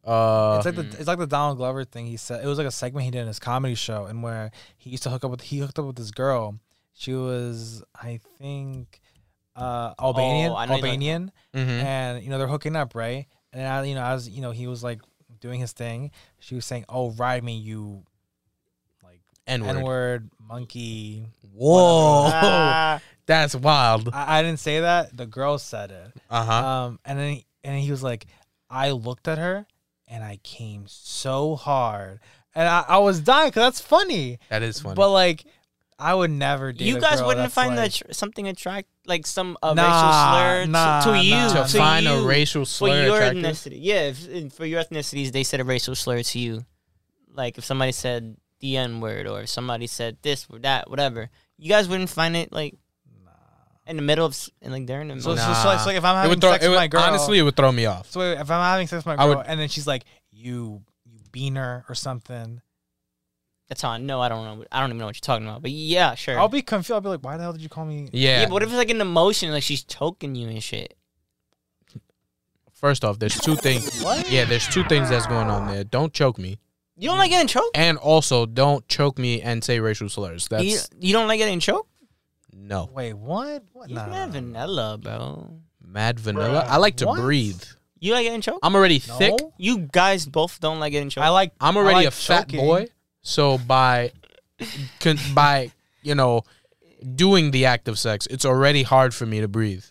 Uh,
It's like the it's like the Donald Glover thing. He said it was like a segment he did in his comedy show, and where he used to hook up with he hooked up with this girl. She was, I think, uh, Albanian,
Oh, I know you're talking
Albanian,
mhm.
and you know they're hooking up, right? And I, you know, I was, you know, he was like doing his thing. She was saying, "Oh, ride me, you like
N-word.
N word monkey."
Whoa,
Ah,
That's wild.
I, I didn't say that. The girl said it.
Uh huh.
Um, and then he, and he was like, I looked at her and I came so hard, and I, I was dying because that's funny.
That is funny.
But like, I would never. Date
You
a
guys
girl
wouldn't
that's
find
like,
that tr- something attract like some uh,
Nah,
racial slur to-
nah,
to, you
nah,
to
nah.
to
find
you,
a racial
for
slur
your
attractive.
ethnicity. Yeah, if, if for your ethnicities, they said a racial slur to you. Like if somebody said the N word or if somebody said this or that, whatever. You guys wouldn't find it like in the middle of s- and like during the
So,
middle.
so,
Nah.
so, like, so like, if I'm
It
having
would throw.
sex
It
with
would,
my girl,
honestly, it would throw me off.
So wait, if I'm having sex with my
I
girl,
would-
and then she's like, "You, you beaner" or something,
That's how I know I don't know. I don't even know what you're talking about. But yeah, sure.
I'll be confused. I'll be like, "Why the hell did you call me?"
yeah.
Yeah.
but what if it's like an emotion, like she's choking you and shit?
First off, there's two things. Yeah, there's two things that's going on there. Don't choke me,
You don't like getting choked.
and also don't choke me and say racial slurs. That's
You, you don't like getting choked.
no.
Wait, what? What?
You
Nah.
nah. vanilla, bro.
Mad vanilla. I like to
What?
breathe.
You like getting choked.
I'm already
No.
thick.
You guys both don't like getting choked.
I like.
I'm
I
already
like
a fat
choking.
boy. So by con- by you know doing the act of sex, it's already hard for me to breathe.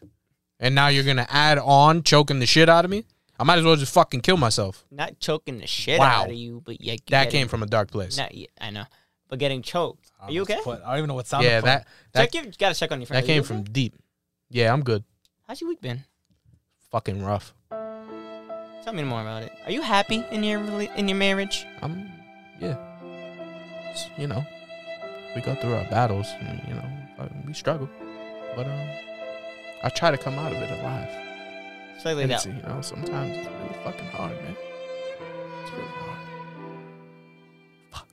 And now you're gonna add on choking the shit out of me. I might as well just fucking kill myself.
not choking the shit
Wow.
out of you, but yeah,
That
getting-
came from a dark place.
Not yet, I know, but getting choked.
I
Are you
almost
okay?
put- I don't even know what sound.
yeah,
to put.
that that,
check your, you gotta check on your friend.
that came from deep. Yeah, I'm good.
How's your week been?
Fucking rough.
Tell me more about it. Are you happy in your rela- in your marriage?
I'm yeah. It's, you know, we go through our battles. And, you know, uh, we struggle, but um, I try to come out of it alive.
So like
And it's,
that.
you know, sometimes it's really fucking hard, man. It's really hard. Fuck.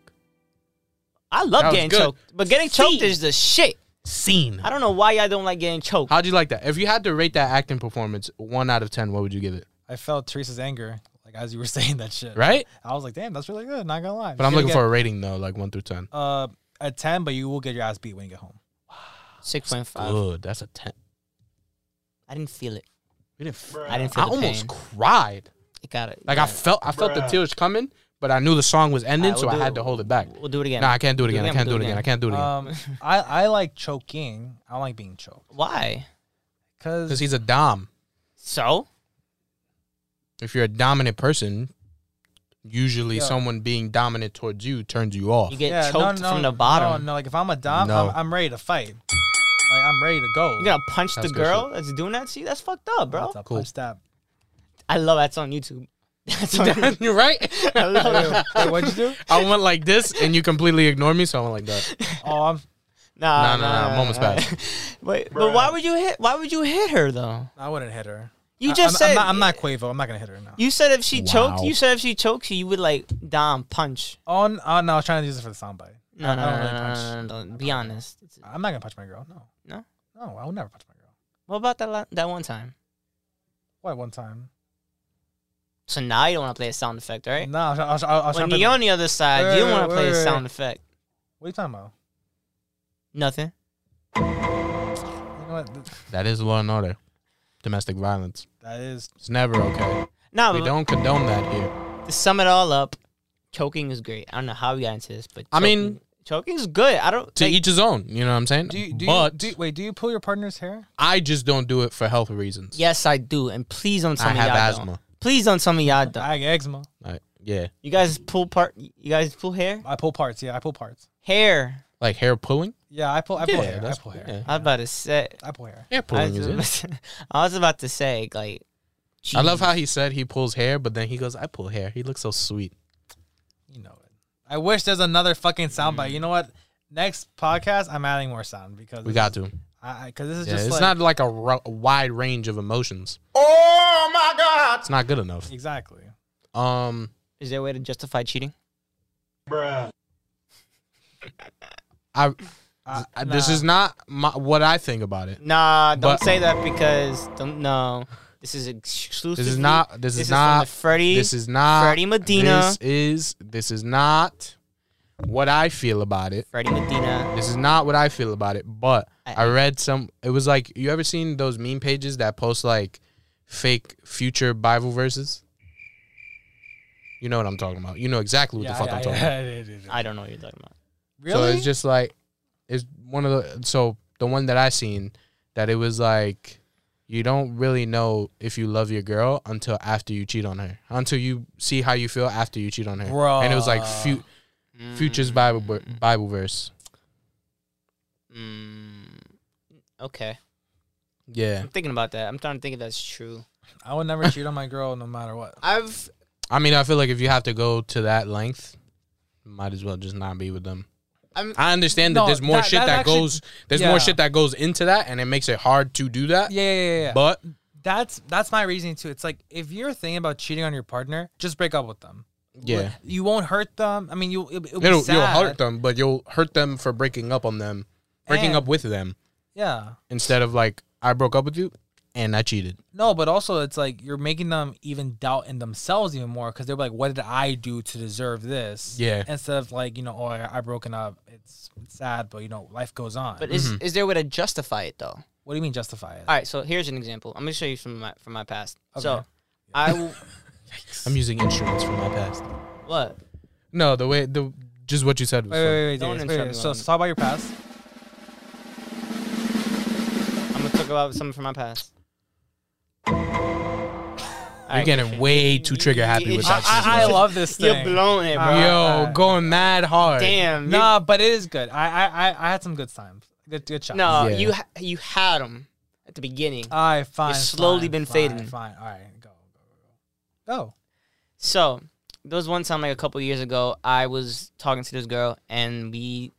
I love
That was
getting
good.
choked, but getting choked
Feed.
is the shit.
Scene.
I don't know why I don't like getting choked.
How'd you like that? If you had to rate that acting performance one out of ten, what would you give it?
I felt Teresa's anger, like as you were saying that shit.
Right?
I was like, "Damn, that's really good." Not gonna lie.
But I'm
You're
looking for
gonna
a rating though, like one through ten.
get, uh a ten, but you will get your ass beat when you get home.
Six point five.
Good. That's a ten.
I didn't feel it.
We didn't. F-
I didn't
I
feel the
almost
pain.
cried.
It got it.
Like I felt. I felt the tears coming, but I knew the song was ending,
Alright,
so
we'll
I
do
had
it.
to hold it back.
We'll do Uh, it again.
No, I can't do it again. I can't do it again. I can't do it again.
Um, I I like choking. I don't like being choked
Why?
Because
because
he's a dom.
So
If you're a dominant person, usually
Yeah.
someone being dominant towards you turns you off.
you get choked from the bottom.
No, no, like if I'm a dom,
No.
I'm, I'm ready to fight. Like I'm ready to go.
You're gonna punch
That's
the
good
girl that's doing that to you? That's fucked up, bro.
That's a
Cool.
punch stab.
I love that's on YouTube. That's on YouTube.
you're right.
I love
Wait,
that.
wait, wait, what'd you do?
I went like this, and you completely ignored me, so I went like that.
Oh, I'm,
Nah,
Nah,
nah, nah, moments passed.
Wait, but why would you hit? Why would you hit her though?
I wouldn't hit her.
You
I-
just
I'm,
said
I'm not, I'm not Quavo. I'm not gonna hit her now.
You said if she choked,
Wow.
you said if she chokes you, you would like Dom punch.
On, oh no, I was trying to use it for the soundbite.
No, no,
I don't
no, no,
really
no,
punch.
no, no, no, Be honest. It's-
I'm not gonna punch my girl. No.
No?
No, I would never punch my girl.
What about that la- that one time?
Why one time?
So now you don't want to play a sound effect, right?
No, I was, I was, I was
When
trying to.
you're on the other side,
Wait,
you
wait,
don't want to
wait,
play
wait,
a
wait.
sound effect.
What are you talking about?
Nothing.
You know what? Th-
That is law and order. Domestic violence.
That is.
It's never okay.
No,
Um,
We
but
don't condone that here.
to sum it all up, choking is great. I don't know how we got into this, but
I mean-
choking is good. I don't.
To
like,
each his own. You know what I'm saying?
Do you, do you,
but
do you- wait? Do you pull your partner's hair?
I just don't do it for health reasons.
yes, I do, and please don't tell
I
me
have
y'all
asthma.
don't. Please don't tell me y'all don't.
I get eczema.
Like, yeah,
You guys pull part. You guys pull hair.
I pull parts. Yeah, I pull parts.
Hair.
like hair pulling.
Yeah, I pull. I pull
yeah,
hair. I
that's-
pull hair.
yeah.
I was about to say.
I pull hair.
Hair
I
pulling is it.
was, I was about to say like.
I love
geez.
how he said he pulls hair, but then he goes, "I pull hair." He looks so sweet.
You know it. I wish there's another fucking soundbite. You know what? Next podcast, I'm adding more sound because
We got to. Yeah,
because this is just
it's
like,
not like a ro- a wide range of emotions.
Oh my God.
It's not good enough.
exactly.
Um,
Is there a way to justify cheating?
I,
Uh,
I- this
nah.
is not my, what I think about it.
Nah, don't
But-
say that because don't no. This is exclusive.
This is not. This, is not.
Freddie.
this is not.
Freddie Medina.
This is. This is not what I feel about it.
Freddie Medina.
This is not what I feel about it, but
I-
I, read some. It was like you ever seen those meme pages that post like fake future Bible verses. You know what I'm talking about. You know exactly what the fuck I'm talking about.
yeah, yeah, yeah, yeah.
I don't know what you're talking about.
Really?
So it's just like it's one of the so the one that I seen that it was like you don't really know if you love your girl until after you cheat on her, until you see how you feel after you cheat on her. And it was like
Bruh.
fu- Future's
Mm.
Bible ver- Bible verse.
Mm. Okay,
Yeah,
I'm thinking about that. I'm trying to think if that's true.
I would never cheat on my girl no matter what.
I've
I mean, I feel like if you have to go to that length, might as well just not be with them.
I'm-
i understand that
No,
there's more
that-
shit
that
that
actually-
goes. There's
yeah.
more shit that goes into that, and it makes it hard to do that.
Yeah, yeah, yeah, yeah.
But
that's that's my reasoning too. It's like if you're thinking about cheating on your partner, just break up with them.
yeah,
You won't hurt them. I mean, you it'll, it'll be
it'll
sad.
you'll hurt them, but you'll hurt them for breaking up on them, breaking
And-
up with them
Yeah.
instead of like I broke up with you and I cheated.
No, but also it's like you're making them even doubt in themselves even more because they're like, "What did I do to deserve this?"
Yeah.
Instead of like you know, "Oh, I, I broken up. It's, it's sad, but you know, life goes on."
but
Mm-hmm.
is is there a way to justify it though?
what do you mean justify it?
All right, so here's an example. I'm gonna show you from my from my past.
Okay.
So I w-
I'm using instruments from my past.
what?
No, the way the just what you said was
wait,
fun.
wait, wait,
Don't
wait, wait, wait,
interrupt me,
So,
Lauren.
so talk about your past.
I'm gonna talk about something from my past.
You're getting way too trigger happy with that. shit,
I, I, I
bro.
love this
You're
thing.
blowing it, bro.
Uh,
Yo, going mad hard.
Damn. you-
Nah, but it is good. I I I, I had some good times. Good good shots.
No,
Yeah.
you ha- you had them at the beginning.
All right, fine.
It's slowly
fine,
been
fine,
fading.
Fine. All right, go go go go. Go.
So there was one time like a couple years ago, I was talking to this girl and we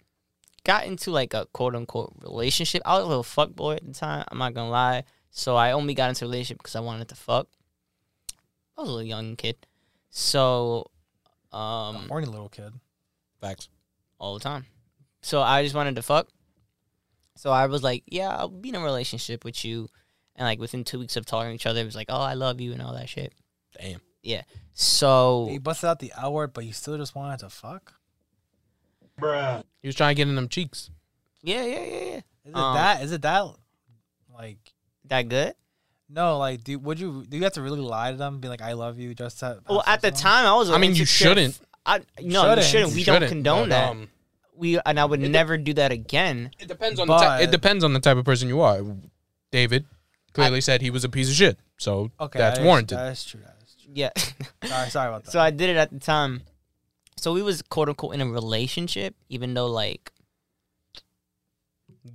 got into like a quote unquote relationship. I was a little fuck boy at the time, I'm not gonna lie. So I only got into a relationship because I wanted to fuck. I was a little young kid. So um
Oh, Horny little kid.
Facts.
all the time. So I just wanted to fuck. So I was like, yeah, I'll be in a relationship with you. And like within two weeks of talking to each other, it was like, oh, I love you and all that shit.
Damn.
Yeah. So
You busted out the L word, but you still just wanted to fuck.
Bruh.
He was trying to get in them cheeks.
yeah, yeah, yeah, yeah.
Is it
Um,
that? Is it that? Like
That good?
no, like do would you do you have to really lie to them, be like I love you, just to
Well, Oh, at the time, I was. a
I mean, you
insecure-
shouldn't.
I no,
Shouldn't.
you shouldn't. We
You
don't
shouldn't, but,
condone that.
um,
we and I would never do that again.
It depends on
But-
the ty- it depends on the type of person you are. David clearly said he was a piece of shit, so
Okay,
that's
that is-
warranted.
That is true. That is true.
Yeah.
Sorry, sorry about that.
so I did it at the time. So we was quote unquote in a relationship, even though like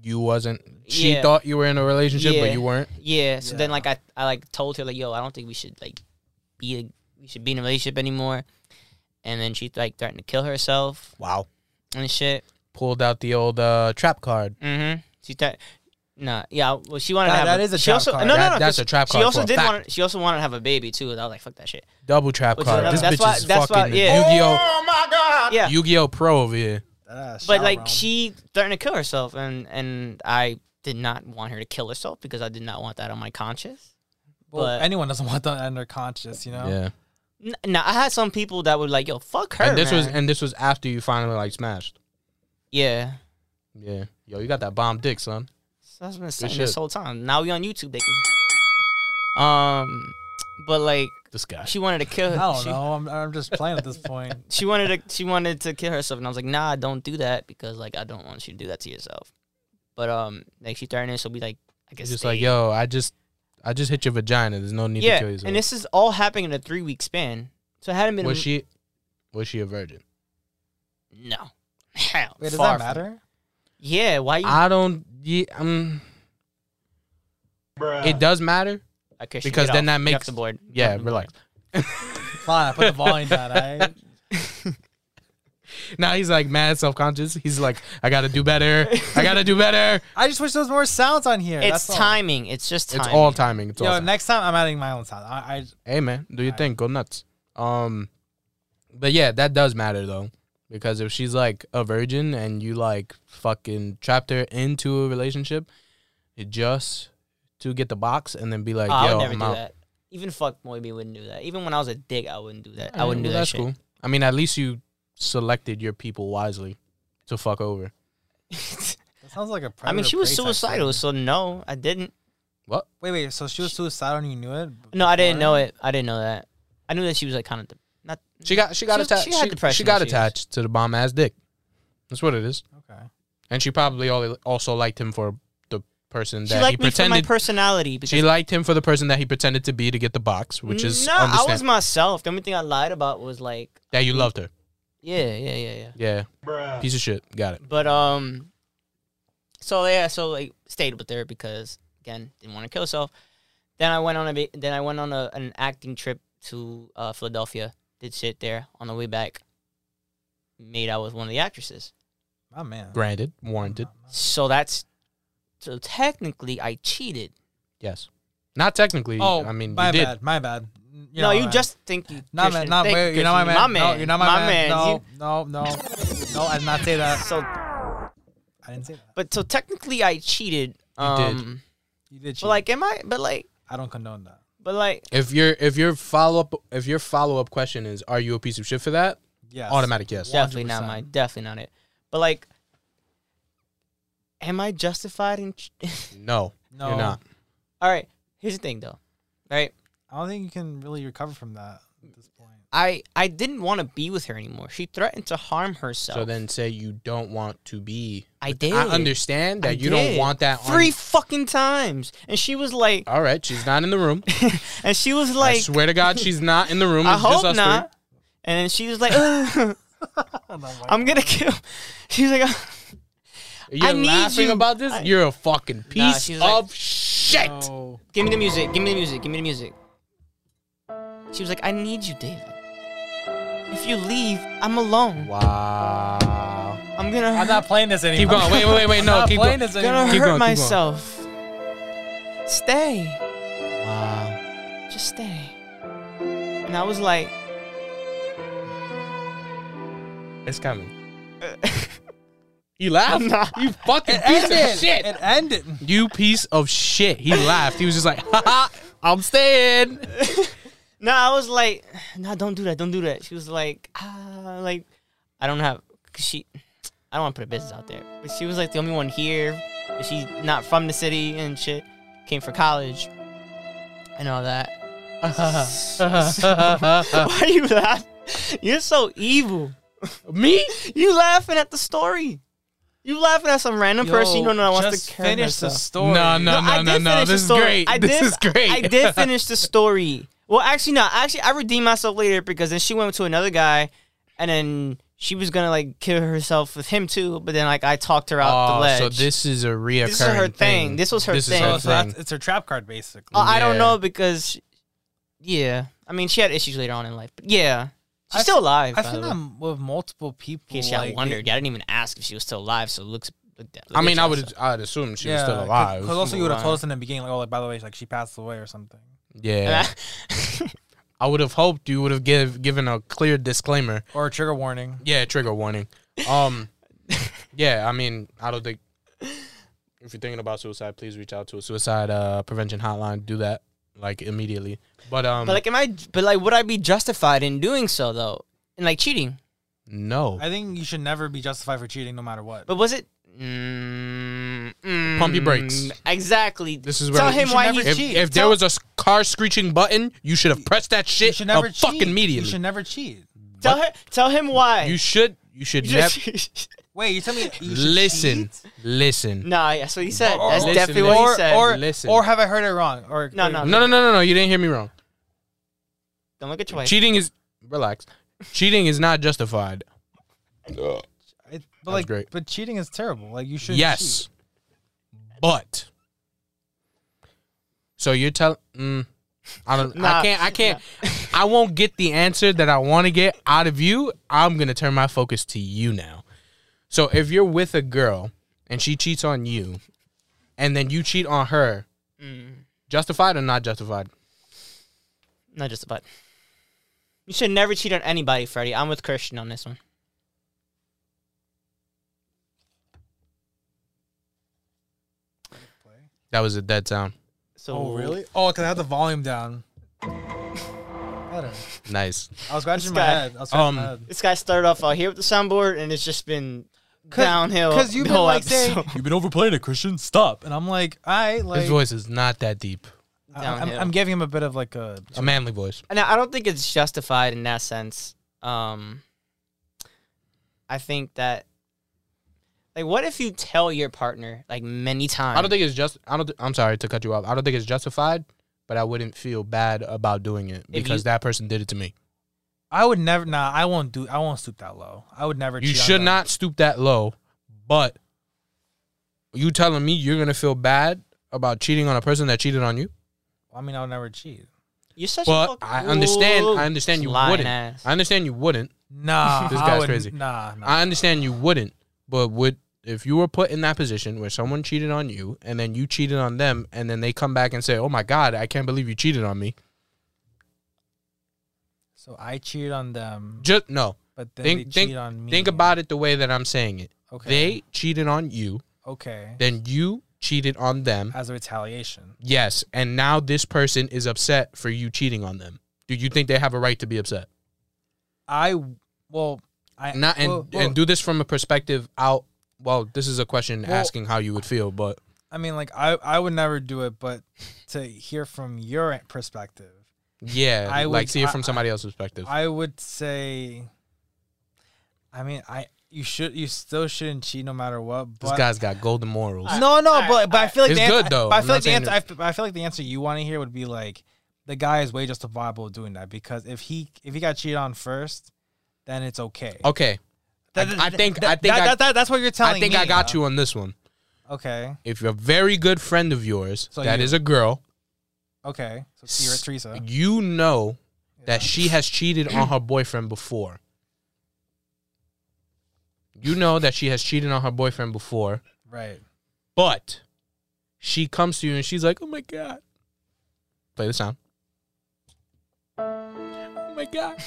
you wasn't. She
Yeah.
thought you were in a relationship, but
Yeah.
you weren't.
yeah. So then
Yeah.
like I I like told her like yo I don't think we should like be a, we should be in a relationship anymore. And then she like threatened to kill herself
Wow.
and shit.
Pulled out the old uh, trap card.
Mm-hmm. She threat. Nah, yeah. Well, she wanted
That-
to have.
that is a
she
trap
also,
card.
No, no,
That-
no.
that's
'cause
a trap
She
card for
also
a
did
fact.
want. She also wanted to have a baby too. And I was like, fuck that shit.
Double trap
Which is
card.
another-
This
that's
bitch
why-
is
that's why-
fucking
yeah.
Yu-Gi-Oh,
Oh my God.
Yeah.
Yu-Gi-Oh Pro over here.
That ass
but
shot
like
wrong.
she threatened to kill herself and and i did not want her to kill herself because i did not want that on my conscience
Well,
but-
anyone doesn't want that in their conscious, you know.
Yeah.
N- now i had some people that were like yo fuck her
And this was
man."
and this was after you finally like smashed.
yeah
Yeah. Yo, you got that bomb dick, son.
so that's been saying
shit.
this whole time now we on youtube they can- um but like
This guy.
she wanted to kill
I
her
don't
she,
know. I'm, I'm just playing at this point.
she wanted to she wanted to kill herself and i was like nah don't do that because like i don't want you to do that to yourself but um like she threatened it so we like i guess
It's just
they-
like, yo, I just I just hit your vagina. There's no need to kill
yeah
yourself.
and this is all happening in a three week span so it hadn't been
was
a-
she was she a virgin?
No. Hell.
Wait, does
far
that
from-
matter?
Yeah, why you
I don't yeah, um
Bruh.
it does matter.
okay, shit,
because
get
then
off.
that
Get off
makes-
the board. Mm-hmm.
Yeah,
Off the board.
relax.
Fine, I put the volume down. I
Now he's like mad self conscious. He's like, I gotta do better. I gotta do better.
I just wish there was more sounds on here.
It's
That's all.
timing. It's just timing.
It's all timing. It's
Yo,
all timing.
next time I'm adding my own sound. I, I
hey man, do your thing. Go nuts. Um but yeah, that does matter though. Because if she's like a virgin and you like fucking trapped her into a relationship, it just to get the box and then be like,
Oh, I
yo,
would never
I'm
do
out.
that. Even fuck Moibi wouldn't do that. Even when I was a dick, I wouldn't do that. I
Alright,
wouldn't do
well,
that
That's
shit.
cool. I mean, at least you selected your people wisely to fuck over.
that sounds like a
I mean,
predator
she was
prey type
suicidal,
thing.
so no, I didn't.
What?
Wait, wait. So she was suicidal and you knew it? b-
No, I didn't
before?
know it. I didn't know that. I knew that she was like kind of. not
She got she got
She-
attached.
she
She,
had depression
she got
issues.
attached to the bomb ass dick. That's what it is.
Okay.
And she probably al- also liked him for person
She
that he
liked me for my
pretended.
personality because
she liked him for the person that he pretended to be to get the box, which is
no, I was
understand-
myself. The only thing I lied about was like,
that you loved her.
yeah, yeah, yeah, yeah.
Yeah,
bruh.
piece of shit. Got it.
But um, so yeah, so like stayed with her because again didn't want to kill herself. Then I went on a bi- then I went on a, an acting trip to uh, Philadelphia. Did shit there on the way back. Made out with one of the actresses.
My man.
Granted, warranted.
So that's so technically I cheated.
Yes. Not technically.
Oh,
I mean,
my
you did.
bad. My bad.
no,
You're not
you
my man.
just think you.
Not man,
Christian,
not
think
wait, you're not my man.
Christian,
No, you're not my, man.
you-
No, no, no, no. I did not say that.
So,
I didn't say that.
but so technically, I cheated.
You did.
Um,
You did.
But
Cheat.
like, am I? But like,
I don't condone that.
but like,
If your if your follow up if your follow up question is are you a piece of shit for that
Yes.
automatic yes
definitely not my,
100%.
definitely not it. But like, am I justified in? ch-
no,
No,
you're not
All right. Here's the thing, though. Right.
I don't think you can really recover from that at this point.
I I didn't want to be with her anymore. She threatened to harm herself.
so then say you don't want to be
I did.
I understand that
I
you
did.
don't want that on-
three fucking times, and she was like,
all right she's not in the room
and she was
Oh. I
like,
swear to God she's not in the room
I
It's just
hope
us three.
not. And then she was like, I'm gonna kill. She was like,
You're
I need
laughing
you.
about this?
I-
You're a fucking piece
she's
of
like-
shit.
No.
Give me the music. Give me the music. Give me the music. She was like, I need you, David. If you leave, I'm alone.
Wow.
I'm gonna hurt,
I'm not playing this anymore.
going. Wait, wait, wait, wait,
I'm
no,
not
keep
playing
going.
this
gonna
anymore.
Keep
hurt
going, keep going.
myself. Stay.
Wow.
Just stay. And I was like,
It's coming. He laughed.
I'm not-
You fucking piece of shit.
It ended.
You piece of shit. He laughed. He was just like, ha ha, I'm staying.
no, I was like, no, don't do that. Don't do that. She was like, ah, like, I don't have, cause she, I don't want to put a business out there. But she was like the only one here. But she's not from the city and shit. Came for college and all that. Why are you laughing? You're so evil.
Me?
You laughing at the story. You laughing at some random person you don't know that wants
just
to kill
finish
herself.
the story.
No, no,
I
no, no,
did
no.
finish the
This is
story.
great.
I
This
did-
is great.
I did finish the story. Well, actually, no. Actually, I redeemed myself later because then she went to another guy, and then she was gonna like kill herself with him too. But then like I talked her out the
Oh,
ledge.
so this is a reoccurring
is her thing. This was her
this
thing.
So,
Is
so
her thing.
that's, it's her trap card, basically.
Uh, I don't
yeah.
know because, yeah. I mean, she had issues later on in life, but yeah, she's
I
still alive.
I
by
feel
the way.
that with multiple people.
In case y'all
like,
wondered, I didn't even ask if she was still alive. So it looks. look that-
I
look
mean,
at
I
y'all,
would
so-
I'd assume she was still alive.
Because also you would have
Alive.
told us in the beginning, like, oh, like by the way, like she passed away or something.
yeah. I would have hoped you would have give, given a clear disclaimer.
Or a trigger warning.
Yeah, trigger warning. Um, yeah, I mean, I don't think if you're thinking about suicide, please reach out to a suicide uh, prevention hotline. Do that like immediately. But um,
But like, am I? But like, would I be justified in doing so though? And like cheating?
no,
I think you should never be justified for cheating, no matter what.
But was it? Mm, mm,
Pump your brakes.
Exactly.
This is
tell
where- You
him
should
why
never
he.
if,
cheat.
if there
Tell-
was a s- car screeching button, you should have pressed that
you
shit
should never
up
cheat.
fucking
You
Oh, immediately.
should never cheat.
tell her. Tell him why.
You should. You should never
Just-
Wait, you tell me. You should
listen.
cheat?
Listen.
nah, that's what he said.
Or-
That's
Oh, listen,
definitely what he
Or,
said.
or,
Listen.
or have I heard it wrong? Or
No, no.
No, no, no, no, no. You didn't hear me wrong.
Don't look at your wife.
Cheating is relax. Cheating is not justified.
It, but
That's
like,
great.
but cheating is terrible. Like you should.
yes, but so you're telling. Mm, I don't.
Nah,
I can't. I can't. I won't get the answer that I want to get out of you. I'm gonna turn my focus to you now. So if you're with a girl and she cheats on you, and then you cheat on her,
Mm,
justified or not justified?
not justified. You should never cheat on anybody, Freddie. I'm with Christian on this one.
That was a dead sound.
So
Oh really? Oh, because I had the volume down. Better.
Nice.
I was scratching
This
my
guy.
head. I was scratching
Um,
my head.
This guy started off out here with the soundboard, and it's just been
Cause-
downhill.
Because you've
the
been
whole
like
episode.
saying you've been overplaying it, Christian. Stop. And I'm like, I like.
His voice is not that deep.
I- I'm,
Downhill.
I'm giving him a bit of like a.
It's a manly voice.
And I I don't think it's justified in that sense. Um, I think that Like, what if you tell your partner like many times?
I don't think it's just. I don't. th- I'm sorry to cut you off. I don't think it's justified, but I wouldn't feel bad about doing it
If
because
you-
that person did it to me.
I would never. Nah, I won't do. I won't stoop that low. I would never.
You
cheat on
should
them.
not stoop that low, but you telling me you're gonna feel bad about cheating on a person that cheated on you?
I mean, I would never cheat.
You're such. a
But
fuck-
I understand.
Ooh.
I understand you
Lying
wouldn't.
ass.
I understand you wouldn't.
Nah,
This
I
guy's
would-
crazy.
Nah, nah.
I understand you wouldn't, but would if you were put in that position where someone cheated on you and then you cheated on them and then they come back and say, "Oh my god, I can't believe you cheated on me."
so I cheated on them,
Just no.
but then they
Think
cheated
think
on me.
think about it the way that I'm saying it.
Okay.
They cheated on you,
okay.
then you cheated on them.
As a retaliation,
Yes, and now this person is upset for you cheating on them. Do you think they have a right to be upset?
I well, I
Not and
well, well,
and do this from a perspective out well, this is a question
Well-
asking how you would feel, but
I mean, like I I would never do it, but to hear from your perspective,
yeah,
I
like
would-
see it
I-
from somebody else's perspective.
I would say. I mean, I you should you still shouldn't cheat no matter what. But
This guy's got golden morals.
No, no,
Alright,
but but I feel like
It's
the
good,
answer,
though.
But I
I'm
feel
not
like the
saying
answer. I f- I feel like the answer you want to hear would be like the guy is way justifiable doing that because if he if he got cheated on first, then it's okay.
Okay, I- I think- I think
that,
I-
that, that- that's what you're telling.
I think
me,
I got you on this one.
Okay,
If a very good friend of yours that
So
is
you-
a girl,
okay. So Tira,
S-
Teresa,
you know
Yeah.
that she has cheated on her boyfriend before. You know that she has cheated on her boyfriend before,
right?
but she comes to you and she's like, "Oh my god." Play the sound. Oh my god.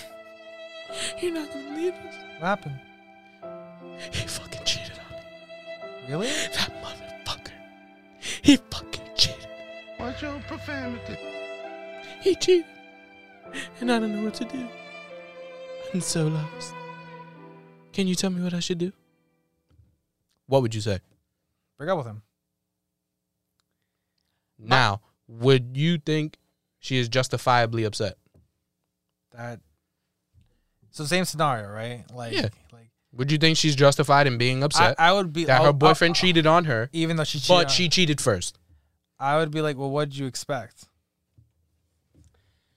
You're not gonna believe this.
What happened?
He fucking cheated on me.
Really?
That motherfucker. He fucking cheated.
Watch your profanity.
He cheated. And I don't know what to do. I'm so lost. Can you tell me what I should do? What would you say?
Break up with him.
Now, would you think she is justifiably upset?
That. So same scenario, right? Like,
Yeah.
like
Would you think she's justified in being
I,
upset
I would be
that
I
her
would-
boyfriend
I-
cheated on her,
even though she cheated,
but
on-
she cheated first?
I would be like, well, what did you expect?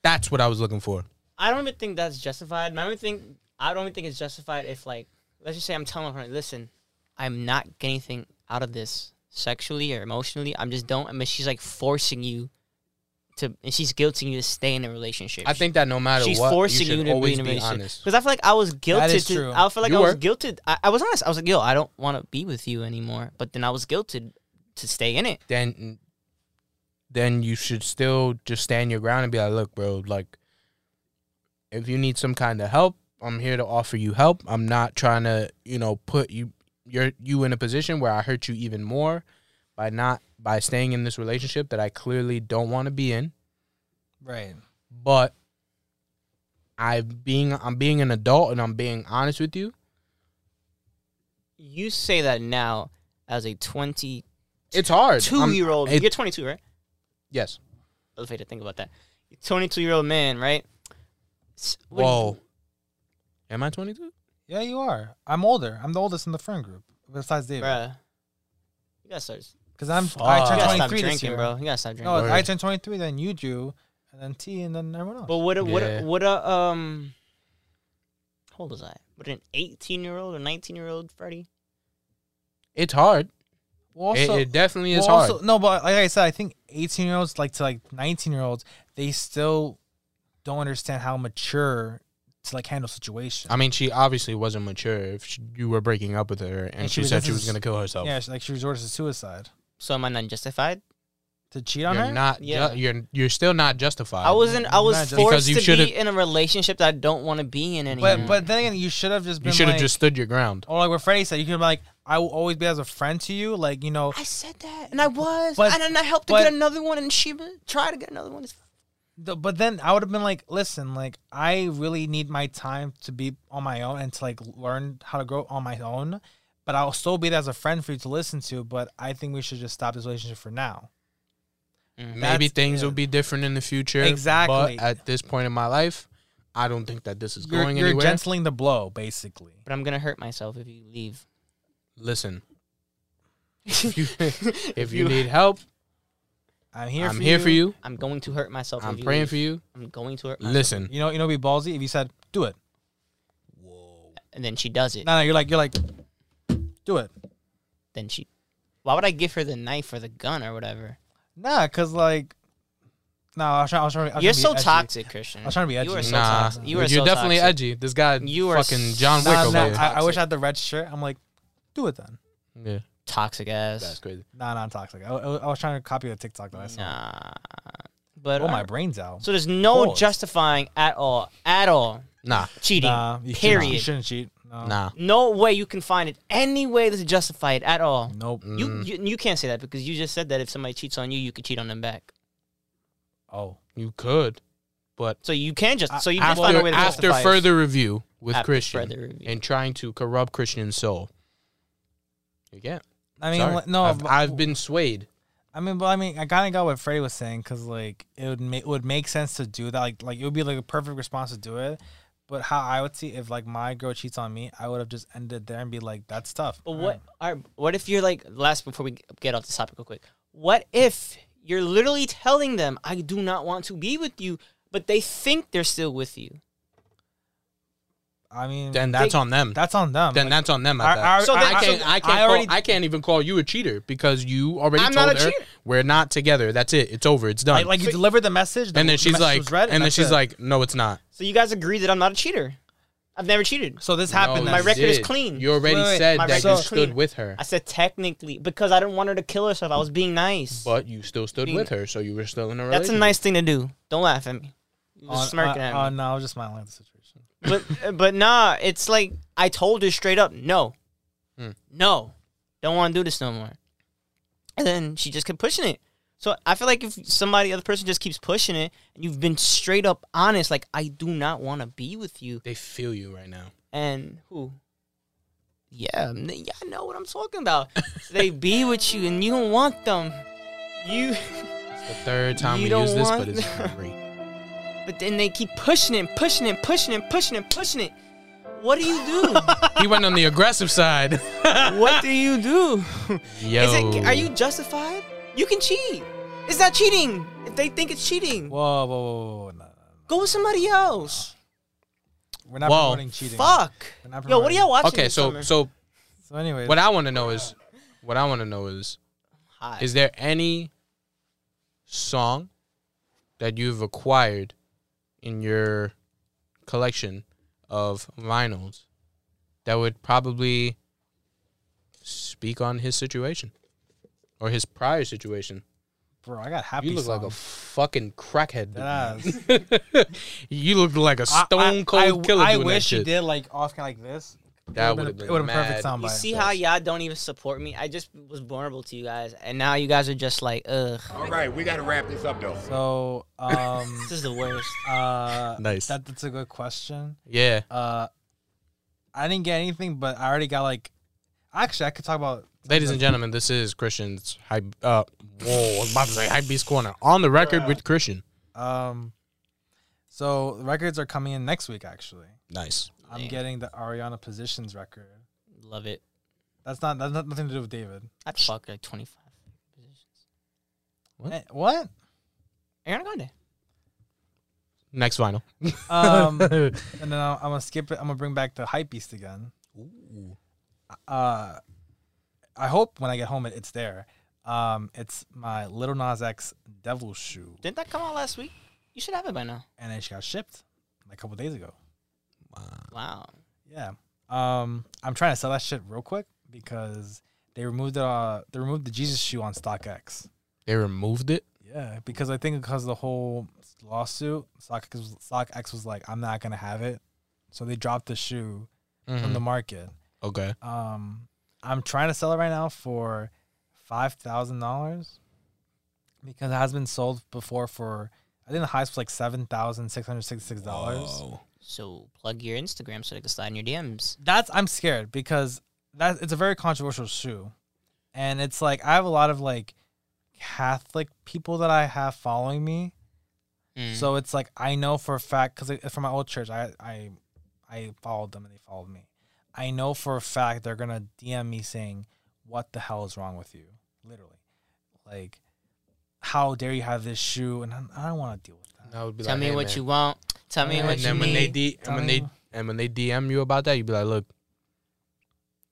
That's what I was looking for.
I don't even think that's justified. I don't think I don't even think it's justified if like let's just say I'm telling her, listen, I'm not getting anything out of this sexually or emotionally. I'm just don't. I mean, she's like forcing you to, and she's guilting you to stay in a relationship.
I think that no matter
she's
what,
forcing
you,
you,
should
to be
always
in a
be
relationship.
honest.
Because I feel like I was guilted.
is
To,
true.
I feel like
You
I was
were.
guilted. I, I was honest. I was like, yo, I don't want to be with you anymore. But then I was guilted to stay in it.
Then, then you should still just stand your ground and be like, look, bro, like, if you need some kind of help, I'm here to offer you help. I'm not trying to, you know, put you you're you in a position where I hurt you even more by not by staying in this relationship that I clearly don't want to be in.
Right.
but I being I'm being an adult and I'm being honest with you.
You say that now as a 22
It's hard. I'm-
year old.
it-
You're 22, right?
yes.
elevator. Think about that. Twenty-two year old man, right? S- what do you-
Whoa. Am I 22?
Yeah, you are. I'm older. I'm the oldest in the friend group besides David.
bruh. You gotta start.
Because I'm
Fuck.
I
You
turned
gotta stop
23 this
drinking,
year.
bro. You gotta stop drinking.
No,
Word.
I turned 23, then you do, and then T, and then everyone else.
but what? A, what?
Yeah.
A, what? A, um. How old was I? What an eighteen-year-old or nineteen-year-old Freddie?
It's hard.
Well,
It-
also,
it, definitely
well,
is hard.
also- no, but like I said, I think 18 year olds, like to like 19 year olds, they still don't understand how mature to like handle situations.
I mean, she obviously wasn't mature if she, you were breaking up with her and,
And she
she,
was-
said
this
she was
is-
going to kill herself.
yeah, she, like she resorts to suicide
So am I not justified?
to cheat on
You're
her.
not ju-
Yeah.
you're you're still not justified.
I wasn't. I
Uh, you're
was
not justified.
forced
Because you
to
should've-
be in a relationship that I don't want to be in anymore.
but but then again, you should have just been.
you should have
like- Oh,
just stood your ground.
Or like what Freddie said, you could have been like, I will always be as a friend to you. Like you know,
I said that, and I was,
But-
and then I helped
but-
to get another one, and she tried to get another one. It's-
Th- but then I would have been like, listen, like I really need my time to be on my own and to like learn how to grow on my own. But I'll still be there as a friend for you to listen to. But I think we should just stop this relationship for now.
Maybe
That's-
things
yeah.
will be different in the future.
Exactly.
But at this point in my life, I don't think that this is
You're,
going
you're
anywhere.
gentling the blow, basically.
But I'm gonna hurt myself if you leave.
Listen, If you, if you need help,
I'm here.
I'm
for
here
you.
for you.
I'm going to hurt myself.
I'm
if
praying
leave.
for you.
I'm going to hurt myself.
Listen,
You know, you know, be ballsy if you said, "Do it." Whoa.
And then she does it.
No, no, you're like, you're like, do it.
Then she. Why would I give her the knife or the gun or whatever?
Nah, cause like, no, I was trying. I was trying I was
You're
trying to be
so
edgy.
toxic, Christian.
I was trying to be edgy.
You are so
nah,
toxic. You
you
are
are
so
definitely
toxic.
edgy. This guy,
You
you
are
fucking John Wick
Nah,
over
nah,
here.
I, I wish I had the red shirt. I'm like, do it then.
yeah,
Toxic
that's
ass.
crazy.
Nah, nah, I'm toxic. I, I, I was trying to copy the TikTok that I saw.
Nah. But
Oh, my
alright.
brain's out.
so there's no
Pause.
justifying at all, at all
Nah,
cheating.
Nah, you Shouldn't, you
period.
shouldn't cheat. No.
nah.
No way you can find it any way to justify it at all.
Nope.
Mm.
You, you you can't say that because you just said that if somebody cheats on you, you could cheat on them back.
Oh.
You could, but
So you can just so you can find a
after,
way to
after
justify it.
further review with
After
Christian
further review.
and trying to corrupt Christian's soul, you can't.
I mean,
Sorry.
like, no.
I've,
but-
I've been swayed.
I mean, but I mean, I kind of got what Freddie was saying because like it would make would make sense to do that. Like, like it would be like a perfect response to do it. But how I would see if like my girl cheats on me, I would have just ended there and be like, that's tough.
But what are what if you're like last before we get off this topic real quick? What if you're literally telling them I do not want to be with you, but they think they're still with you?
I mean,
Then that's on them.
that's on them.
then
Like,
that's on them. At
I-
that.
I- So
I,
then-
can't.
so
I can't.
I
call-
already-
I can't even call you a cheater because you already
I'm
told
not a
her
cheater.
we're not together. That's it. It's over. It's done.
like, like you delivered the message, the
and then she's
message
like,
was read,
and then
that's
she's
it.
like, no, it's not.
So you guys agree that I'm not a cheater. I've never cheated.
so this happened.
No,
My
you
then.
record is
did.
clean.
You already
Wait, wait,
said
my
that
record
you
is
stood
clean.
with her,
I said technically because I didn't want her to kill herself. I was being nice.
but you still stood
Being-
with her, so you were still in a relationship.
That's a nice thing to do. Don't laugh at me. You
Oh,
was smirking
oh,
at me.
oh, no, I was just smiling at the situation.
but uh, but nah, it's like I told her straight up, no,
Hmm.
no, don't want to do this no more. And then she just kept pushing it. So I feel like if somebody, other person, just keeps pushing it, and you've been straight up honest, like I do not want to be with you,
They feel you right now.
and who? Yeah, n- yeah, I know what I'm talking about. they be with you, and you don't want them. You,
It's the third time
You
we
don't
use this,
want-
but it's great.
but then they keep pushing it, and pushing it, pushing it, pushing it, pushing it. What do you do?
he went on the aggressive side.
what do you do?
Yo,
Is it? Are you justified? You can cheat. It's not cheating. If they think it's cheating,
Whoa, whoa, whoa, whoa, whoa. No, no, no.
go with somebody else.
We're not
Whoa.
promoting cheating.
Fuck.
We're
Yo, what
not
are
promoting-
y'all watching?
Okay,
this
so
summer?
so
So, anyways,
what I want to know is, what I want to know is,
Hot.
is there any song that you've acquired in your collection of vinyls that would probably speak on his situation or his prior situation?
bro, I got happy.
You look like a
songs.
fucking crackhead. dude.
That ass.
you look like a stone cold
I, I,
killer
I
doing
wish
that shit.
you did like off kind of like this.
That
would've
would have
been
been,
a- it would've been a perfect
mad.
sound
you
bite.
see how y'all don't even support me? I just was vulnerable to you guys, and now you guys are just like, ugh,
All right, we got to wrap this up, though.
So, um,
this is the worst.
uh,
Nice.
That, that's a good question.
Yeah.
Uh, I didn't get anything, but I already got like. Actually, I could talk about.
Ladies and gentlemen, this is Christian's hype. Uh, whoa, I was about to say hype beast corner on the record with Christian.
Um, so records are coming in next week. Actually,
Nice.
I'm getting the Ariana Positions record.
Love it.
That's not that's not, nothing to do with David.
I fuck like twenty five positions.
What?
Eh, what?
Aaron Grande.
Next vinyl.
Um, and then I'm, I'm gonna skip it. I'm gonna bring back the hype beast again. Uh, I hope when I get home it, it's there. Um, it's my Little Nas X Devil Shoe,
Didn't that come out last week? You should have it by now.
and it just got shipped like a couple days ago.
Wow.
Yeah. Um, I'm trying to sell that shit real quick because they removed it. Uh, they removed the Jesus shoe on StockX.
They removed it.
Yeah, because I think because of the whole lawsuit, StockX was, StockX was like, I'm not gonna have it, so they dropped the shoe
Mm-hmm.
from the market.
Okay.
Um, I'm trying to sell it right now for five thousand dollars because it has been sold before for I think the highest was like seven thousand six hundred sixty six dollars.
So plug your Instagram so they can slide in your DMs.
That's I'm scared because that it's a very controversial shoe, and it's like I have a lot of like Catholic people that I have following me,
Mm.
so it's like I know for a fact because from my old church I I I followed them and they followed me. I know for a fact they're gonna DM me saying, what the hell is wrong with you? Literally, like, how dare you have this shoe? And I, I don't want to deal with that.
I would be
Tell
like,
me
"Hey,
what
man."
you want. Tell me
And
And
what you
then when they
need.
D, and when they
Tell
and when they DM you about that, you'd be like, "Look,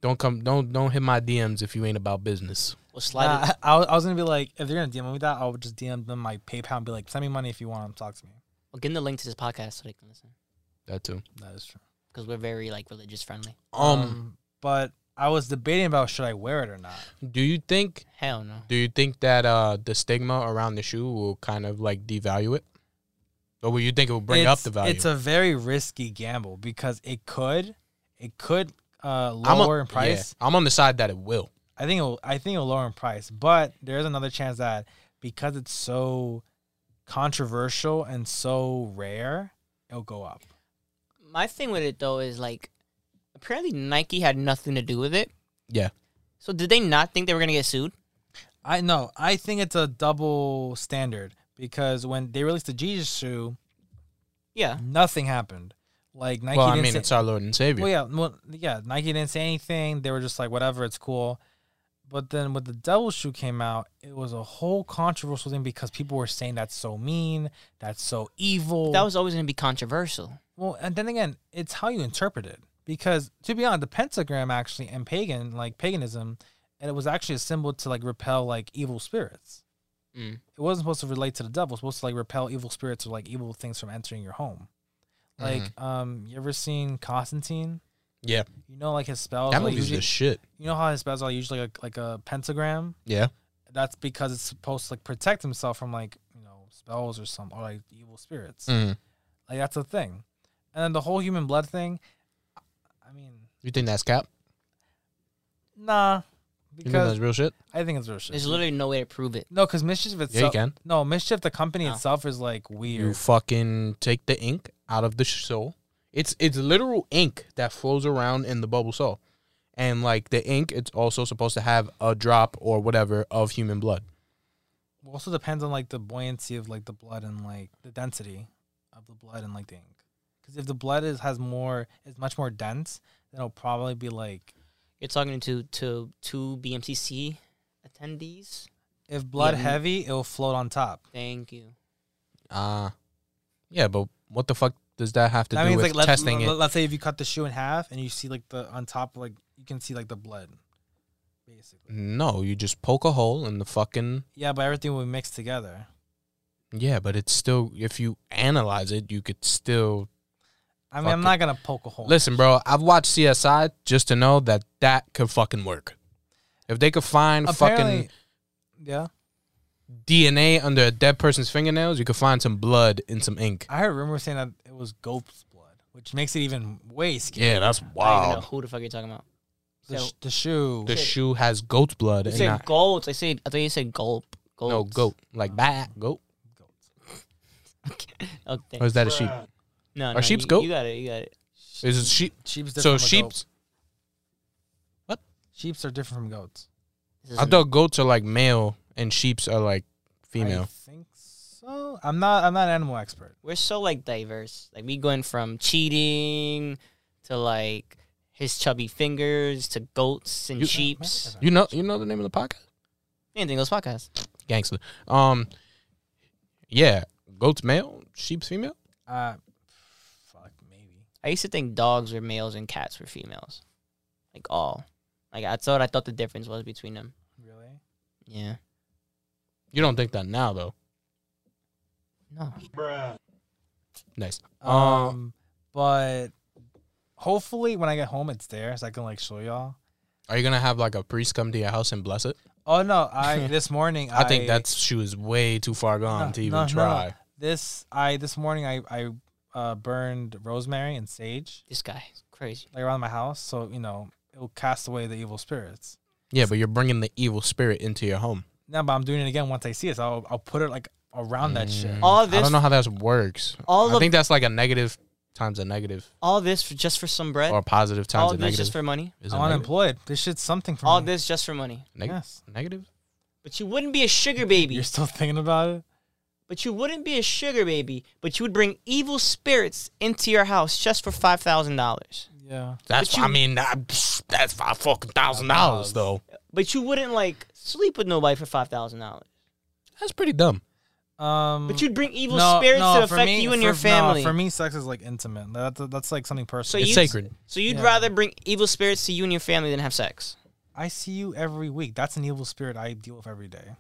don't come, don't don't hit my DMs if you ain't about business."
We'll slide it.
Nah, I, I was- I was gonna be like, if they're gonna DM me with that, I would just DM them my PayPal and be like, send me money if you want to talk to me.
We'll give them the link to this podcast so they can listen
That too.
That is true.
because we're very like religious friendly.
Um,
but I was debating about should I wear it or not.
do you think
Hell no.
do you think that uh the stigma around the shoe will kind of like devalue it, or will you think it will bring up
It's-
the value?
It's a very risky gamble because it could, it could uh,
I'm a-
lower in
yeah,
price.
I'm on the side that it will.
I think it'll, I think it'll lower in price, but there's another chance that because it's so controversial and so rare, it'll go up.
My thing with it though is like, apparently Nike had nothing to do with it.
Yeah.
So did they not think they were gonna get sued?
I know. I think it's a double standard because when they released the Jesus shoe,
Yeah.
nothing happened. Like Nike
well, I
didn't
mean,
say,
it's our Lord and Savior.
well, yeah, well, yeah. Nike didn't say anything. They were just like, whatever, it's cool. But then when the Devil shoe came out, it was a whole controversial thing because people were saying that's so mean, that's so evil.
That was always gonna be controversial.
Well, and then again, it's how you interpret it. Because to be honest, the pentagram actually and pagan, like paganism, and it was actually a symbol to like repel like evil spirits.
Mm.
It wasn't supposed to relate to the devil. It was supposed to like repel evil spirits or like evil things from entering your home. Like,
Mm-hmm.
um, you ever seen Constantine?
yeah,
You know, like his spells.
that
are
movie's
usually,
the shit.
You know how his spells are usually like, like a pentagram.
Yeah,
That's because it's supposed to like protect himself from like you know spells or some or like evil spirits.
Mhm.
Like that's a thing. And then the whole human blood thing, I mean,
you think that's cap?
nah,
You think
because
that's real shit?
I think it's real shit.
There's literally no way to prove it.
no, because mischief itself.
Yeah, you can.
No, mischief. The company
No.
itself is like
You
weird.
fucking take the ink out of the sh- soul. It's it's literal ink that flows around in the bubble soul, and like the ink, it's also supposed to have a drop or whatever of human blood.
also depends on like the buoyancy of like the blood and like the density of the blood and like the ink. Because if the blood is has more, is much more dense, then it'll probably be like
You're talking to to two BMCC attendees.
if blood
mm.
heavy, it'll float on top.
Thank you.
Ah, yeah, but what the fuck does that have to
that
do
means
with
like let's,
testing it?
let's say if you cut the shoe in half and you see like the on top like you can see like the blood, basically.
No, you just poke a hole in the fucking
Yeah, but everything will be mixed together.
yeah, but it's still if you analyze it, you could still
I mean,
Fuck
I'm
it.
not gonna poke a hole. in
listen,
it.
bro. I've watched CSI just to know that that could fucking work. If they could find fucking
Apparently, yeah,
DNA under a dead person's fingernails, you could find some blood and some ink.
I heard rumors saying that it was goat's blood, which makes it even way scarier.
Yeah, that's
I don't even know
wild.
who the fuck you're talking about.
The,
So-
sh- the shoe.
The shoe has goat's blood
You
and
said
not,
goats. I said I thought you said gulp. Goats.
no goat like bat goat.
Goats.
Okay.
Or is that a sheep?
No,
Are
no,
sheep's
you,
goat?
You got it. You got it.
Is it sheep?
Sheep's different
So
from a
sheep's.
goat. Sheep's are different from goats.
This is
I thought goats are like male and sheep's are like
I
female.
think so. I'm not. I'm not an animal expert.
we're so like diverse. Like we going from cheating to like his chubby fingers to goats and
You-
sheeps.
You know, you know the name of the podcast,
Anything goes podcast.
gangster. Um, yeah, goats male, sheep's female.
Uh, fuck, maybe.
I used to think dogs were males and cats were females. Like all. Like that's what I thought the difference was between them.
Really?
Yeah.
You don't think that now though.
No.
Nice.
Um,
Um,
but hopefully when I get home, it's there so I can like show y'all.
are you gonna have like a priest come to your house and bless it?
Oh no! I this morning.
I, think that's she was way too far gone
No,
to even
no, no, no.
try.
this I this morning I I uh, burned rosemary and sage
This guy is crazy.
like around my house, so you know it'll cast away the evil spirits.
Yeah, but you're bringing the evil spirit into your home.
Now, but I'm doing it again once I see it. So I'll I'll put it like around that shit.
All
Mm, I
this
don't know how that works.
all
I
of-
think that's like a negative times a negative
all this for, just for some bread.
or a positive times
all
a
this
negative. Mm-hmm.
just for money.
Is it
I'm
negative?
unemployed. This shit's something for
All
me.
this just for money.
Neg-
Yes.
negative?
But you wouldn't be a sugar baby.
You're still thinking about it?
But you wouldn't be a sugar baby, but you would bring evil spirits into your house just for five thousand dollars.
Yeah.
That's
you-
I mean, I, psh, that's five fucking thousand dollars though.
But you wouldn't like sleep with nobody for five thousand dollars.
That's pretty dumb.
Um,
But you'd bring evil
no,
spirits
no,
to
for
affect
me-
you and
for-
your
no,
family.
for me, sex is like intimate. That's that's like something
So
personal.
It's
you-
sacred.
so you'd
Yeah.
rather bring evil spirits to you and your family than have sex.
I see you every week. That's an evil spirit I deal with every day.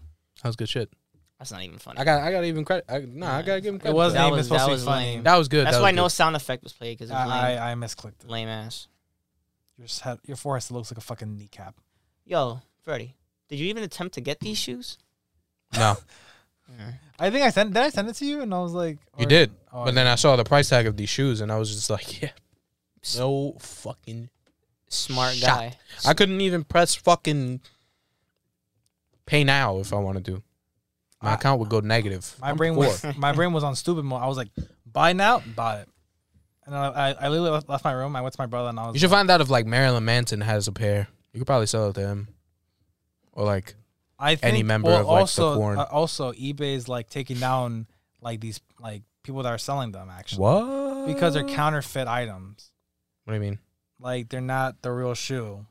That was good shit.
That's not even funny.
I got I got to even credit. I, nah, I gotta give him
It
credit. for
wasn't
That
even
was-
supposed
that
to be
was
funny.
lame.
that. that was good.
That's
that
why
was
no
good.
sound effect was played because it was
I,
lame,
I I misclicked it.
lame ass.
Your s- head, your forehead looks like a fucking kneecap.
Yo, Freddie, did you even attempt to get these shoes?
no,
I think I sent. Did I send it to you? And I was like,
you
or-
did.
oh,
but then I saw the price tag of these shoes, and I was just like, yeah, no fucking.
Smart
Shot.
guy.
I couldn't even press fucking pay now if I wanted to. My
I-
account would go negative.
my
I'm
brain
poor.
was my brain was on stupid mode. I was like, buy now, buy it. And I, I, I literally left, left my room. I went to my brother and I was.
You should
like,
find out if like Marilyn Manson has a pair. You could probably sell it to him, or like
I think,
member
well,
of, like, the
also,
porn.
uh, also eBay's like taking down like these like people that are selling them actually
what?
because
Oh.
they're counterfeit items.
What do you mean?
Like they're not the real shoe.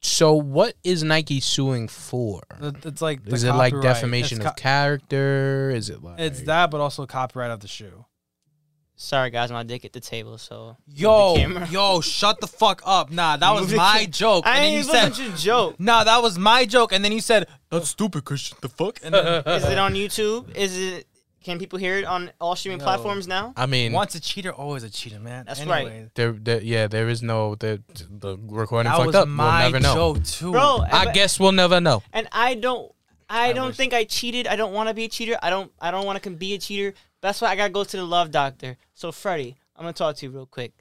So what is Nike suing for?
It- It's like the
Is it like
copyright.
defamation
It's
of character? Is it like
It's that, but also copyright of the shoe.
Sorry guys, my dick at the table. So
Yo,
the camera.
yo, shut the fuck up. Nah, that
Move
was
the
my
cam-
joke.
I
and
ain't
then you
even looking
said,
at your joke.
nah, that was my joke. And then you said, that's stupid, Christian. The fuck? And then,
Is it on YouTube? Is it? Can people hear it on all streaming
No.
platforms now?
I mean,
once a cheater, always a cheater, man.
That's
Anyway,
right.
there, there, yeah, there is no the the recording
That
fucked
was
up. We'll
my
never know.
joke, too.
Bro,
I
but-
guess we'll never know.
and I don't. I, don't
wish-
think I cheated. I don't want to be a cheater. I don't. I don't want to be a cheater. That's why I gotta go to the love doctor. So Freddie, I'm gonna talk to you real quick.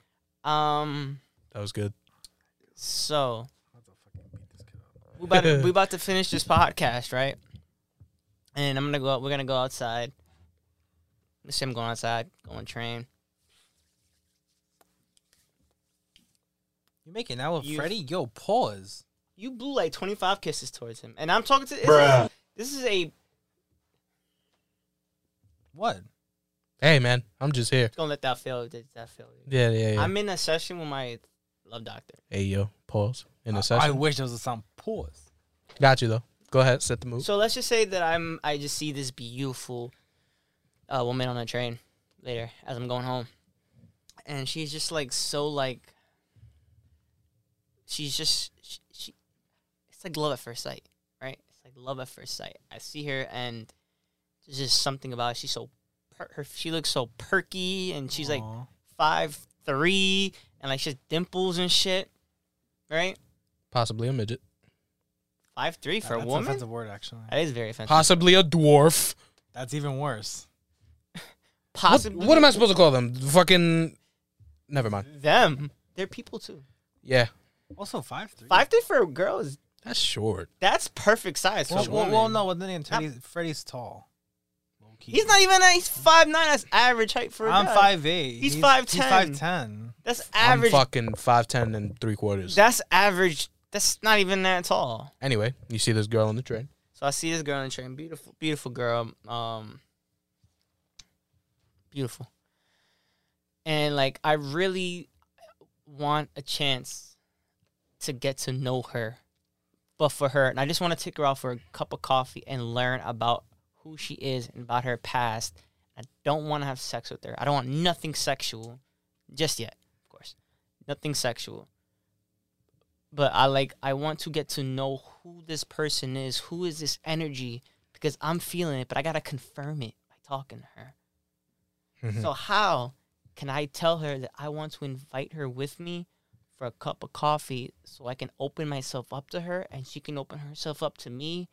Um.
That was good.
So. We about to, we about to finish this podcast, right? And I'm gonna go. out We're gonna go outside. Let's see, I'm going outside. Going train.
You're making out with
You-
Freddie? Yo, pause.
You blew like 25 kisses towards him, and I'm talking to. This is a
What?
Hey man, I'm just here.
Don't let that fail. That, that fail.
Yeah, yeah, yeah.
I'm in a session with my love doctor.
hey yo, pause in
I-
a
I
session.
wish there was a sound pause.
Got you though. Go ahead, set the mood.
So let's just say that I'm. I just see this beautiful uh, woman on a train later as I'm going home, and she's just like so like. She's just she. she it's like love at first sight, right? It's like love at first sight. I see her and there's just something about her. she's so. Per- her, she looks so perky, and she's like
Aw.
five three and like she has dimples and shit. Right?
Possibly a midget.
Five three for
That's
a
an
woman?
offensive word, actually.
That is very offensive.
Possibly a dwarf.
That's even worse.
What,
Possibly
what am I supposed to call them? Fucking. Never mind.
them. They're people too.
Yeah,
Also, five three.
Five three for a girl is
that's short.
that's perfect size for
Well,
a
well,
woman.
well, no, but then again, Teddy's, Freddie's tall. Low-key.
He's not even he's five nine, that's average height for a
I'm
guy.
five eight.
He's 5'10.
He's five ten.
That's
I'm
average
fucking five ten and three quarters.
that's average that's not even that tall.
anyway, you see this girl on the train.
So I see this girl on the train, beautiful, beautiful girl, um, beautiful, and like I really want a chance to get to know her, but for her, and I just want to take her out for a cup of coffee and learn about who she is and about her past. I don't want to have sex with her. I don't want nothing sexual, just yet, of course, nothing sexual but I like I want to get to know who this person is, who is this energy, because I'm feeling it, but I gotta confirm it by talking to her.
Mm-hmm.
So how can I tell her that I want to invite her with me for a cup of coffee so I can open myself up to her and she can open herself up to me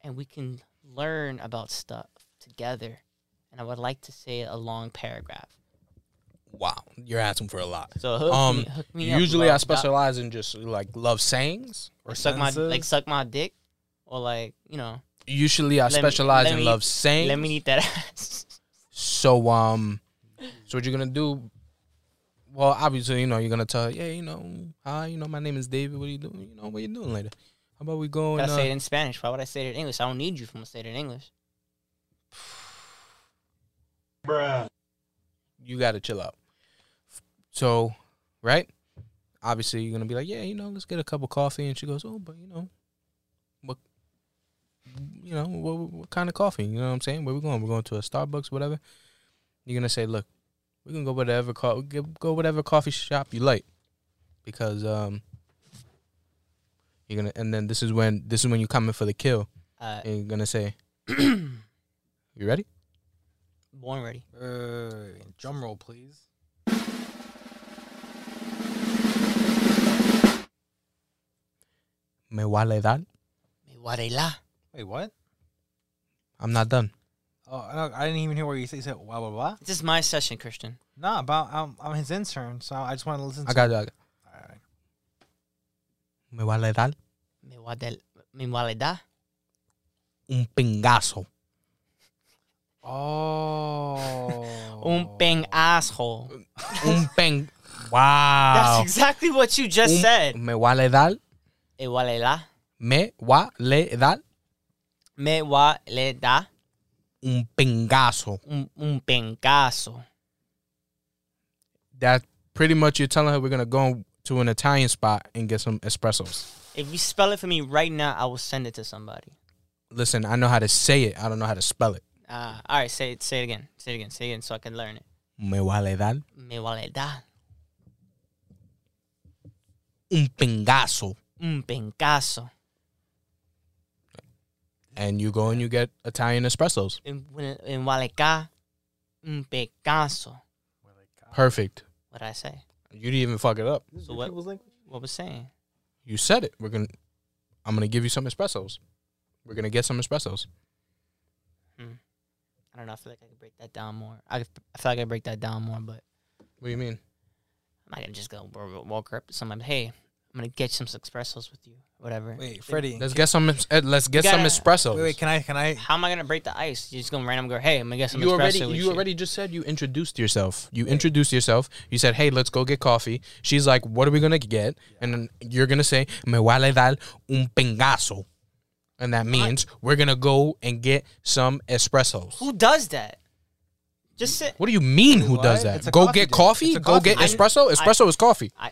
and we can learn about stuff together. And I would like to say a long paragraph.
Wow, you're asking for a lot.
So hook
um,
me, hook me up,
usually
bro.
I specialize in just like love sayings.
or suck my like
senses.
suck my dick or like, you know,
Usually I
Let me-
specialize
let
in
me-
love sayings.
Let me eat that ass.
So um, so what you're gonna do? Well, obviously, you know, you're gonna tell, her, yeah, you know, hi, you know, my name is David. What are you doing? You know, what you doing later? How about we go
But
and
I say it
uh,
in Spanish. Why would I say it in English? I don't need you from say it in English.
you gotta chill out. So, right? obviously you're gonna be like, yeah, you know, let's get a cup of coffee, and she goes, oh, but you know, what, you know, what, what kind of coffee? You know what I'm saying? Where we going? We're going to a Starbucks, whatever. You're gonna say, look, we can go whatever co- go whatever coffee shop you like, because um, you're gonna, and then this is when this is when you come in for the kill,
Uh,
and you're gonna say, you ready?
born ready.
Uh, drum roll, please.
Me vale dar.
Me guarela.
Wait, what?
I'm not done.
Oh, I, don't- I didn't even hear what you said. You said blah blah blah.
This is my session, Christian.
Nah, about I'm, I'm his intern, so I just want to listen.
I
to
got you. I got-
All right.
Me vale dar
Me guadel. Me guareda.
un pingazo.
Oh.
Un peng asshole.
un peng. Wow.
That's exactly what you just
Un-
said.
Me vale dar.
Me guarela.
Me vale dar
Me guareda.
un pingazo.
Un, un pencaso.
That pretty much you're telling her we're gonna go to an Italian spot and get some espressos.
If you spell it for me right now, I will send it to somebody.
Listen, I know how to say it. I don't know how to spell it.
Uh, all right, say it. Say it again. Say it again. Say it again, so I can learn it.
Me vale dar
Me guareda.
un pingazo.
Un pencaso.
And you go and you get Italian espressos.
En, en Waleca. Un pencaso.
Perfect.
What did I say?
You didn't even fuck it up.
So what? What was saying?
You said it. We're gonna. I'm gonna give you some espressos. We're gonna get some espressos.
I don't know. I feel like I could break that down more. I, could- I feel like I could break that down more, but
What do you mean?
I'm not gonna just go wa- walk up to someone. Hey, I'm gonna get some espressos with you, whatever.
Wait, Freddie.
Let's get some. es- eh, Let's get some
gotta-
espressos.
Wait, wait, can I? Can I?
How am I gonna break the ice? You're just gonna random go. Hey, I'm gonna get some
you
espresso
already
with
you
you.
already just said you introduced yourself. You introduced yourself. You said, "Hey, let's go get coffee." She's like, "What are we gonna get?" And then you're gonna say, "Me vale dar un pengazo," and that means we're gonna go and get some espressos.
Who does that? Just sit.
What do you mean? Who
What?
does
It's
that?
a
Go
coffee
get
date.
coffee.
It's a
Go
coffee
get
date.
espresso. Espresso is coffee.
I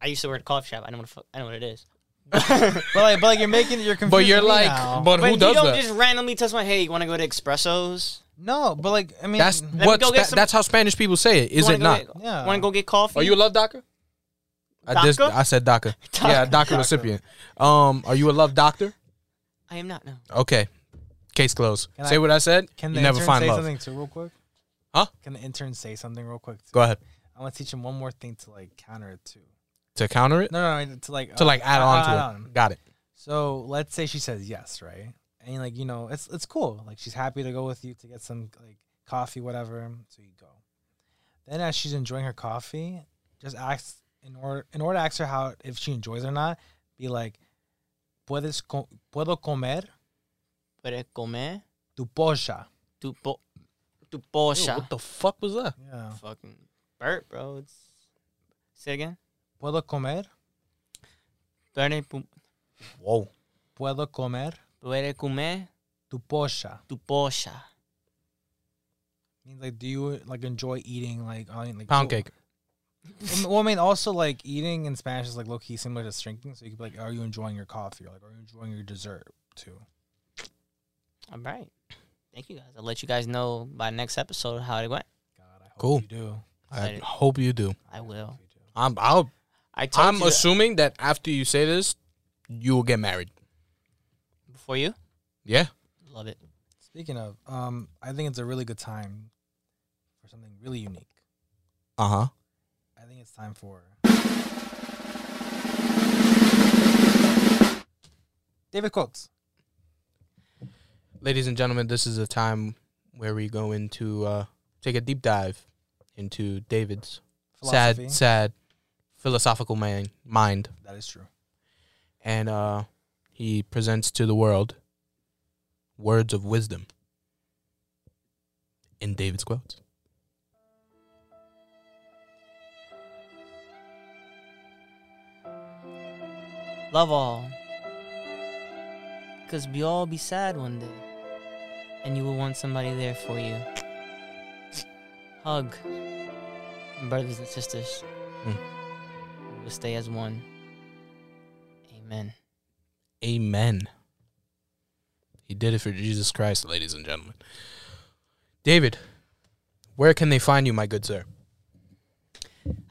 I used to work at a coffee shop. I know what the fuck, I know what it is.
But like, but like, you're making you're confusing.
But you're
me
like,
now.
but,
But
who
you
does
don't
that?
just randomly tell someone, "Hey, you want to go to espressos?
no, but like, I mean,
That's
me
what.
go get
Spa-
some-
that's how Spanish people say it. Is it not?
Yeah.
Want to go get coffee?
Are you a love doctor? I, just,
Doctor?
I said doctor. Yeah, doctor recipient. Um, are you a love doctor?
I am not. No.
Okay. Case closed.
Can
say
I-
what I said.
Can the
you never
intern
find
say
love.
something too, real quick?
Huh?
Can the intern say something real quick? Too?
Go ahead.
I want to teach him one more thing to like counter it too.
To counter it?
No, no, no to like
To like add on to it. Got it.
So let's say she says yes, right? And like you know, it's it's cool. Like she's happy to go with you to get some like coffee, whatever. So you go. Then as she's enjoying her coffee, just ask in order in order to ask her how if she enjoys it or not. Be like, puedes co- puedo comer
Puedes comer
tu pocha.
tu po tu pocha.
what the fuck was that?
Yeah.
Fucking burp, bro. It's say it again.
Puedo comer.
Puedes pu-
Whoa.
Puedo comer
puedes comer
tu pocha.
tu pocha.
Means like, do you like enjoy eating like on like
Pound
so-
cake.
Well, I mean, also like eating in Spanish is like low key similar to drinking. So you could be like, are you enjoying your coffee? Or like, are you enjoying your dessert too?
All right. Thank you guys. I'll let you guys know by next episode how it went.
God, I hope
Cool.
you do.
I
Excited.
hope you do.
I will.
I'm I'll,
I told
I'm
you
assuming that after you say this, you will get married.
before you.
Yeah.
Love it.
Speaking of, um, I think it's a really good time for something really unique.
Uh-huh.
I think it's time for David quotes.
Ladies and gentlemen, this is a time where we go into uh take a deep dive into David's
Philosophy.
sad, sad philosophical man mind.
That is true.
And uh he presents to the world words of wisdom in David's quotes.
Love all. Because we all be sad one day. And you will want somebody there for you. Hug. Brothers and sisters.
Mm.
will stay as one. Amen.
Amen. He did it for Jesus Christ, ladies and gentlemen. David, where can they find you, my good sir?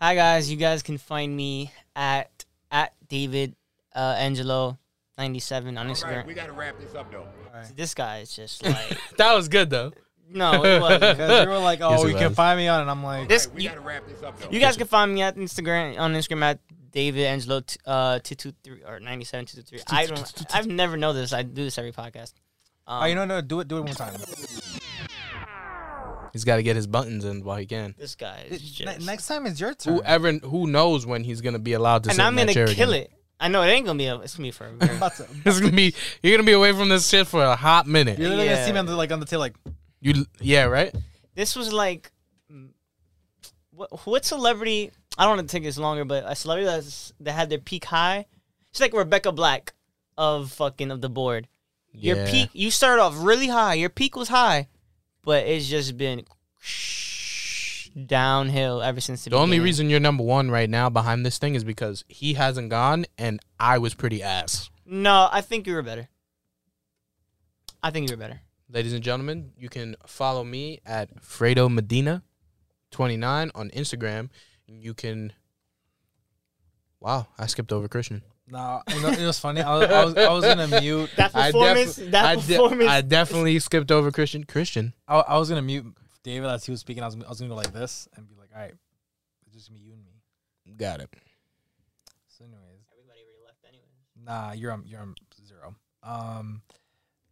Hi guys, you guys can find me at at David uh, Angelo ninety seven on
All
Instagram.
right, we gotta wrap this up though.
So this guy is just like
That was good though.
no, it was.
Because you were like, oh,
Yes, it
you can
was.
find me on, and I'm like,
This
All right, we
you,
gotta wrap this up though.
you guys can find me at Instagram on Instagram at David Angelo t- uh two two three or ninety seven two two three. I don't. I've never know this. I do this every podcast. Um,
oh, you know, no, do it, do it one time.
He's got to get his buttons in while he can.
this guy is just.
Ne- next time is your turn.
Whoever, who e- knows when he's gonna be allowed to.
and
sit
I'm
in
gonna
that chair
kill
again.
it. I know it ain't gonna be. A, it's gonna be for. a very-
About to-
It's gonna be you're gonna be away from this shit for a hot minute.
You're literally
Yeah.
gonna see me on the, like on the tail, like
You yeah right?
this was like, mm, what, what celebrity? I don't want to take this longer, but a celebrity that's, that had their peak high. It's like Rebecca Black of fucking of the board. Your
Yeah.
peak, you started off really high. Your peak was high, but it's just been downhill ever since the,
The only
beginning.
reason you're number one right now behind this thing is because he hasn't gone and I was pretty ass.
No, I think you were better. I think you were better.
Ladies and gentlemen, you can follow me at Fredo Medina 29 on Instagram. You can Wow, I skipped over Christian.
no. You know, it was funny. I was, I was, I was gonna mute.
That
I def-
performance, that
I de-
performance.
I definitely skipped over Christian. Christian.
I, I was gonna mute David as he was speaking. I was, I was gonna go like this and be like, all right, it's just gonna be you and me.
Got it.
So, anyways,
Everybody really left anyway.
Nah, you're on you're on zero. Um,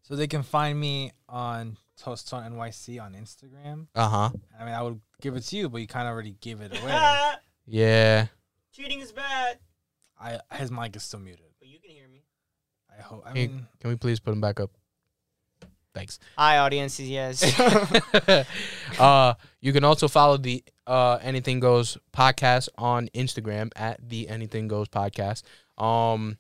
so they can find me on Toast on NYC on Instagram.
Uh-huh.
I mean, I would give it to you, but you kind of already gave it away. I
Yeah.
Cheating is bad.
his mic is still muted.
But you can hear me.
I hope. I
Hey.
mean,
Can we please put him back up? Thanks.
Hi, audiences. Yes.
uh, you can also follow the uh, Anything Goes podcast on Instagram at the Anything Goes podcast. Um,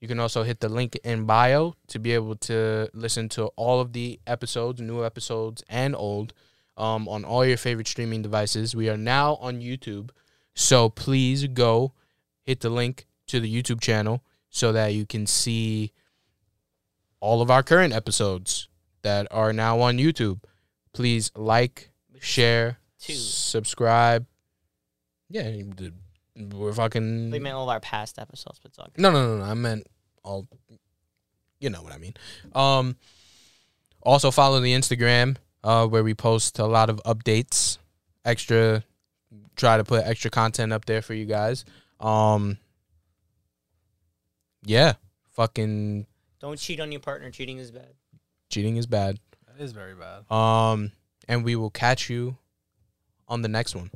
you can also hit the link in bio to be able to listen to all of the episodes, new episodes and old, um, on all your favorite streaming devices. We are now on YouTube, so please go hit the link to the YouTube channel so that you can see all of our current episodes that are now on YouTube please like, share,
two.
subscribe. Yeah, you did- we're fucking.
We meant all of our past episodes, but it's all good.
No, no, no, no. I meant all. You know what I mean. Um. Also follow the Instagram, uh, where we post a lot of updates, extra. Try to put extra content up there for you guys. Um. Yeah, fucking
Don't cheat on your partner. Cheating is bad.
cheating is bad.
that is very bad.
Um, and we will catch you on the next one.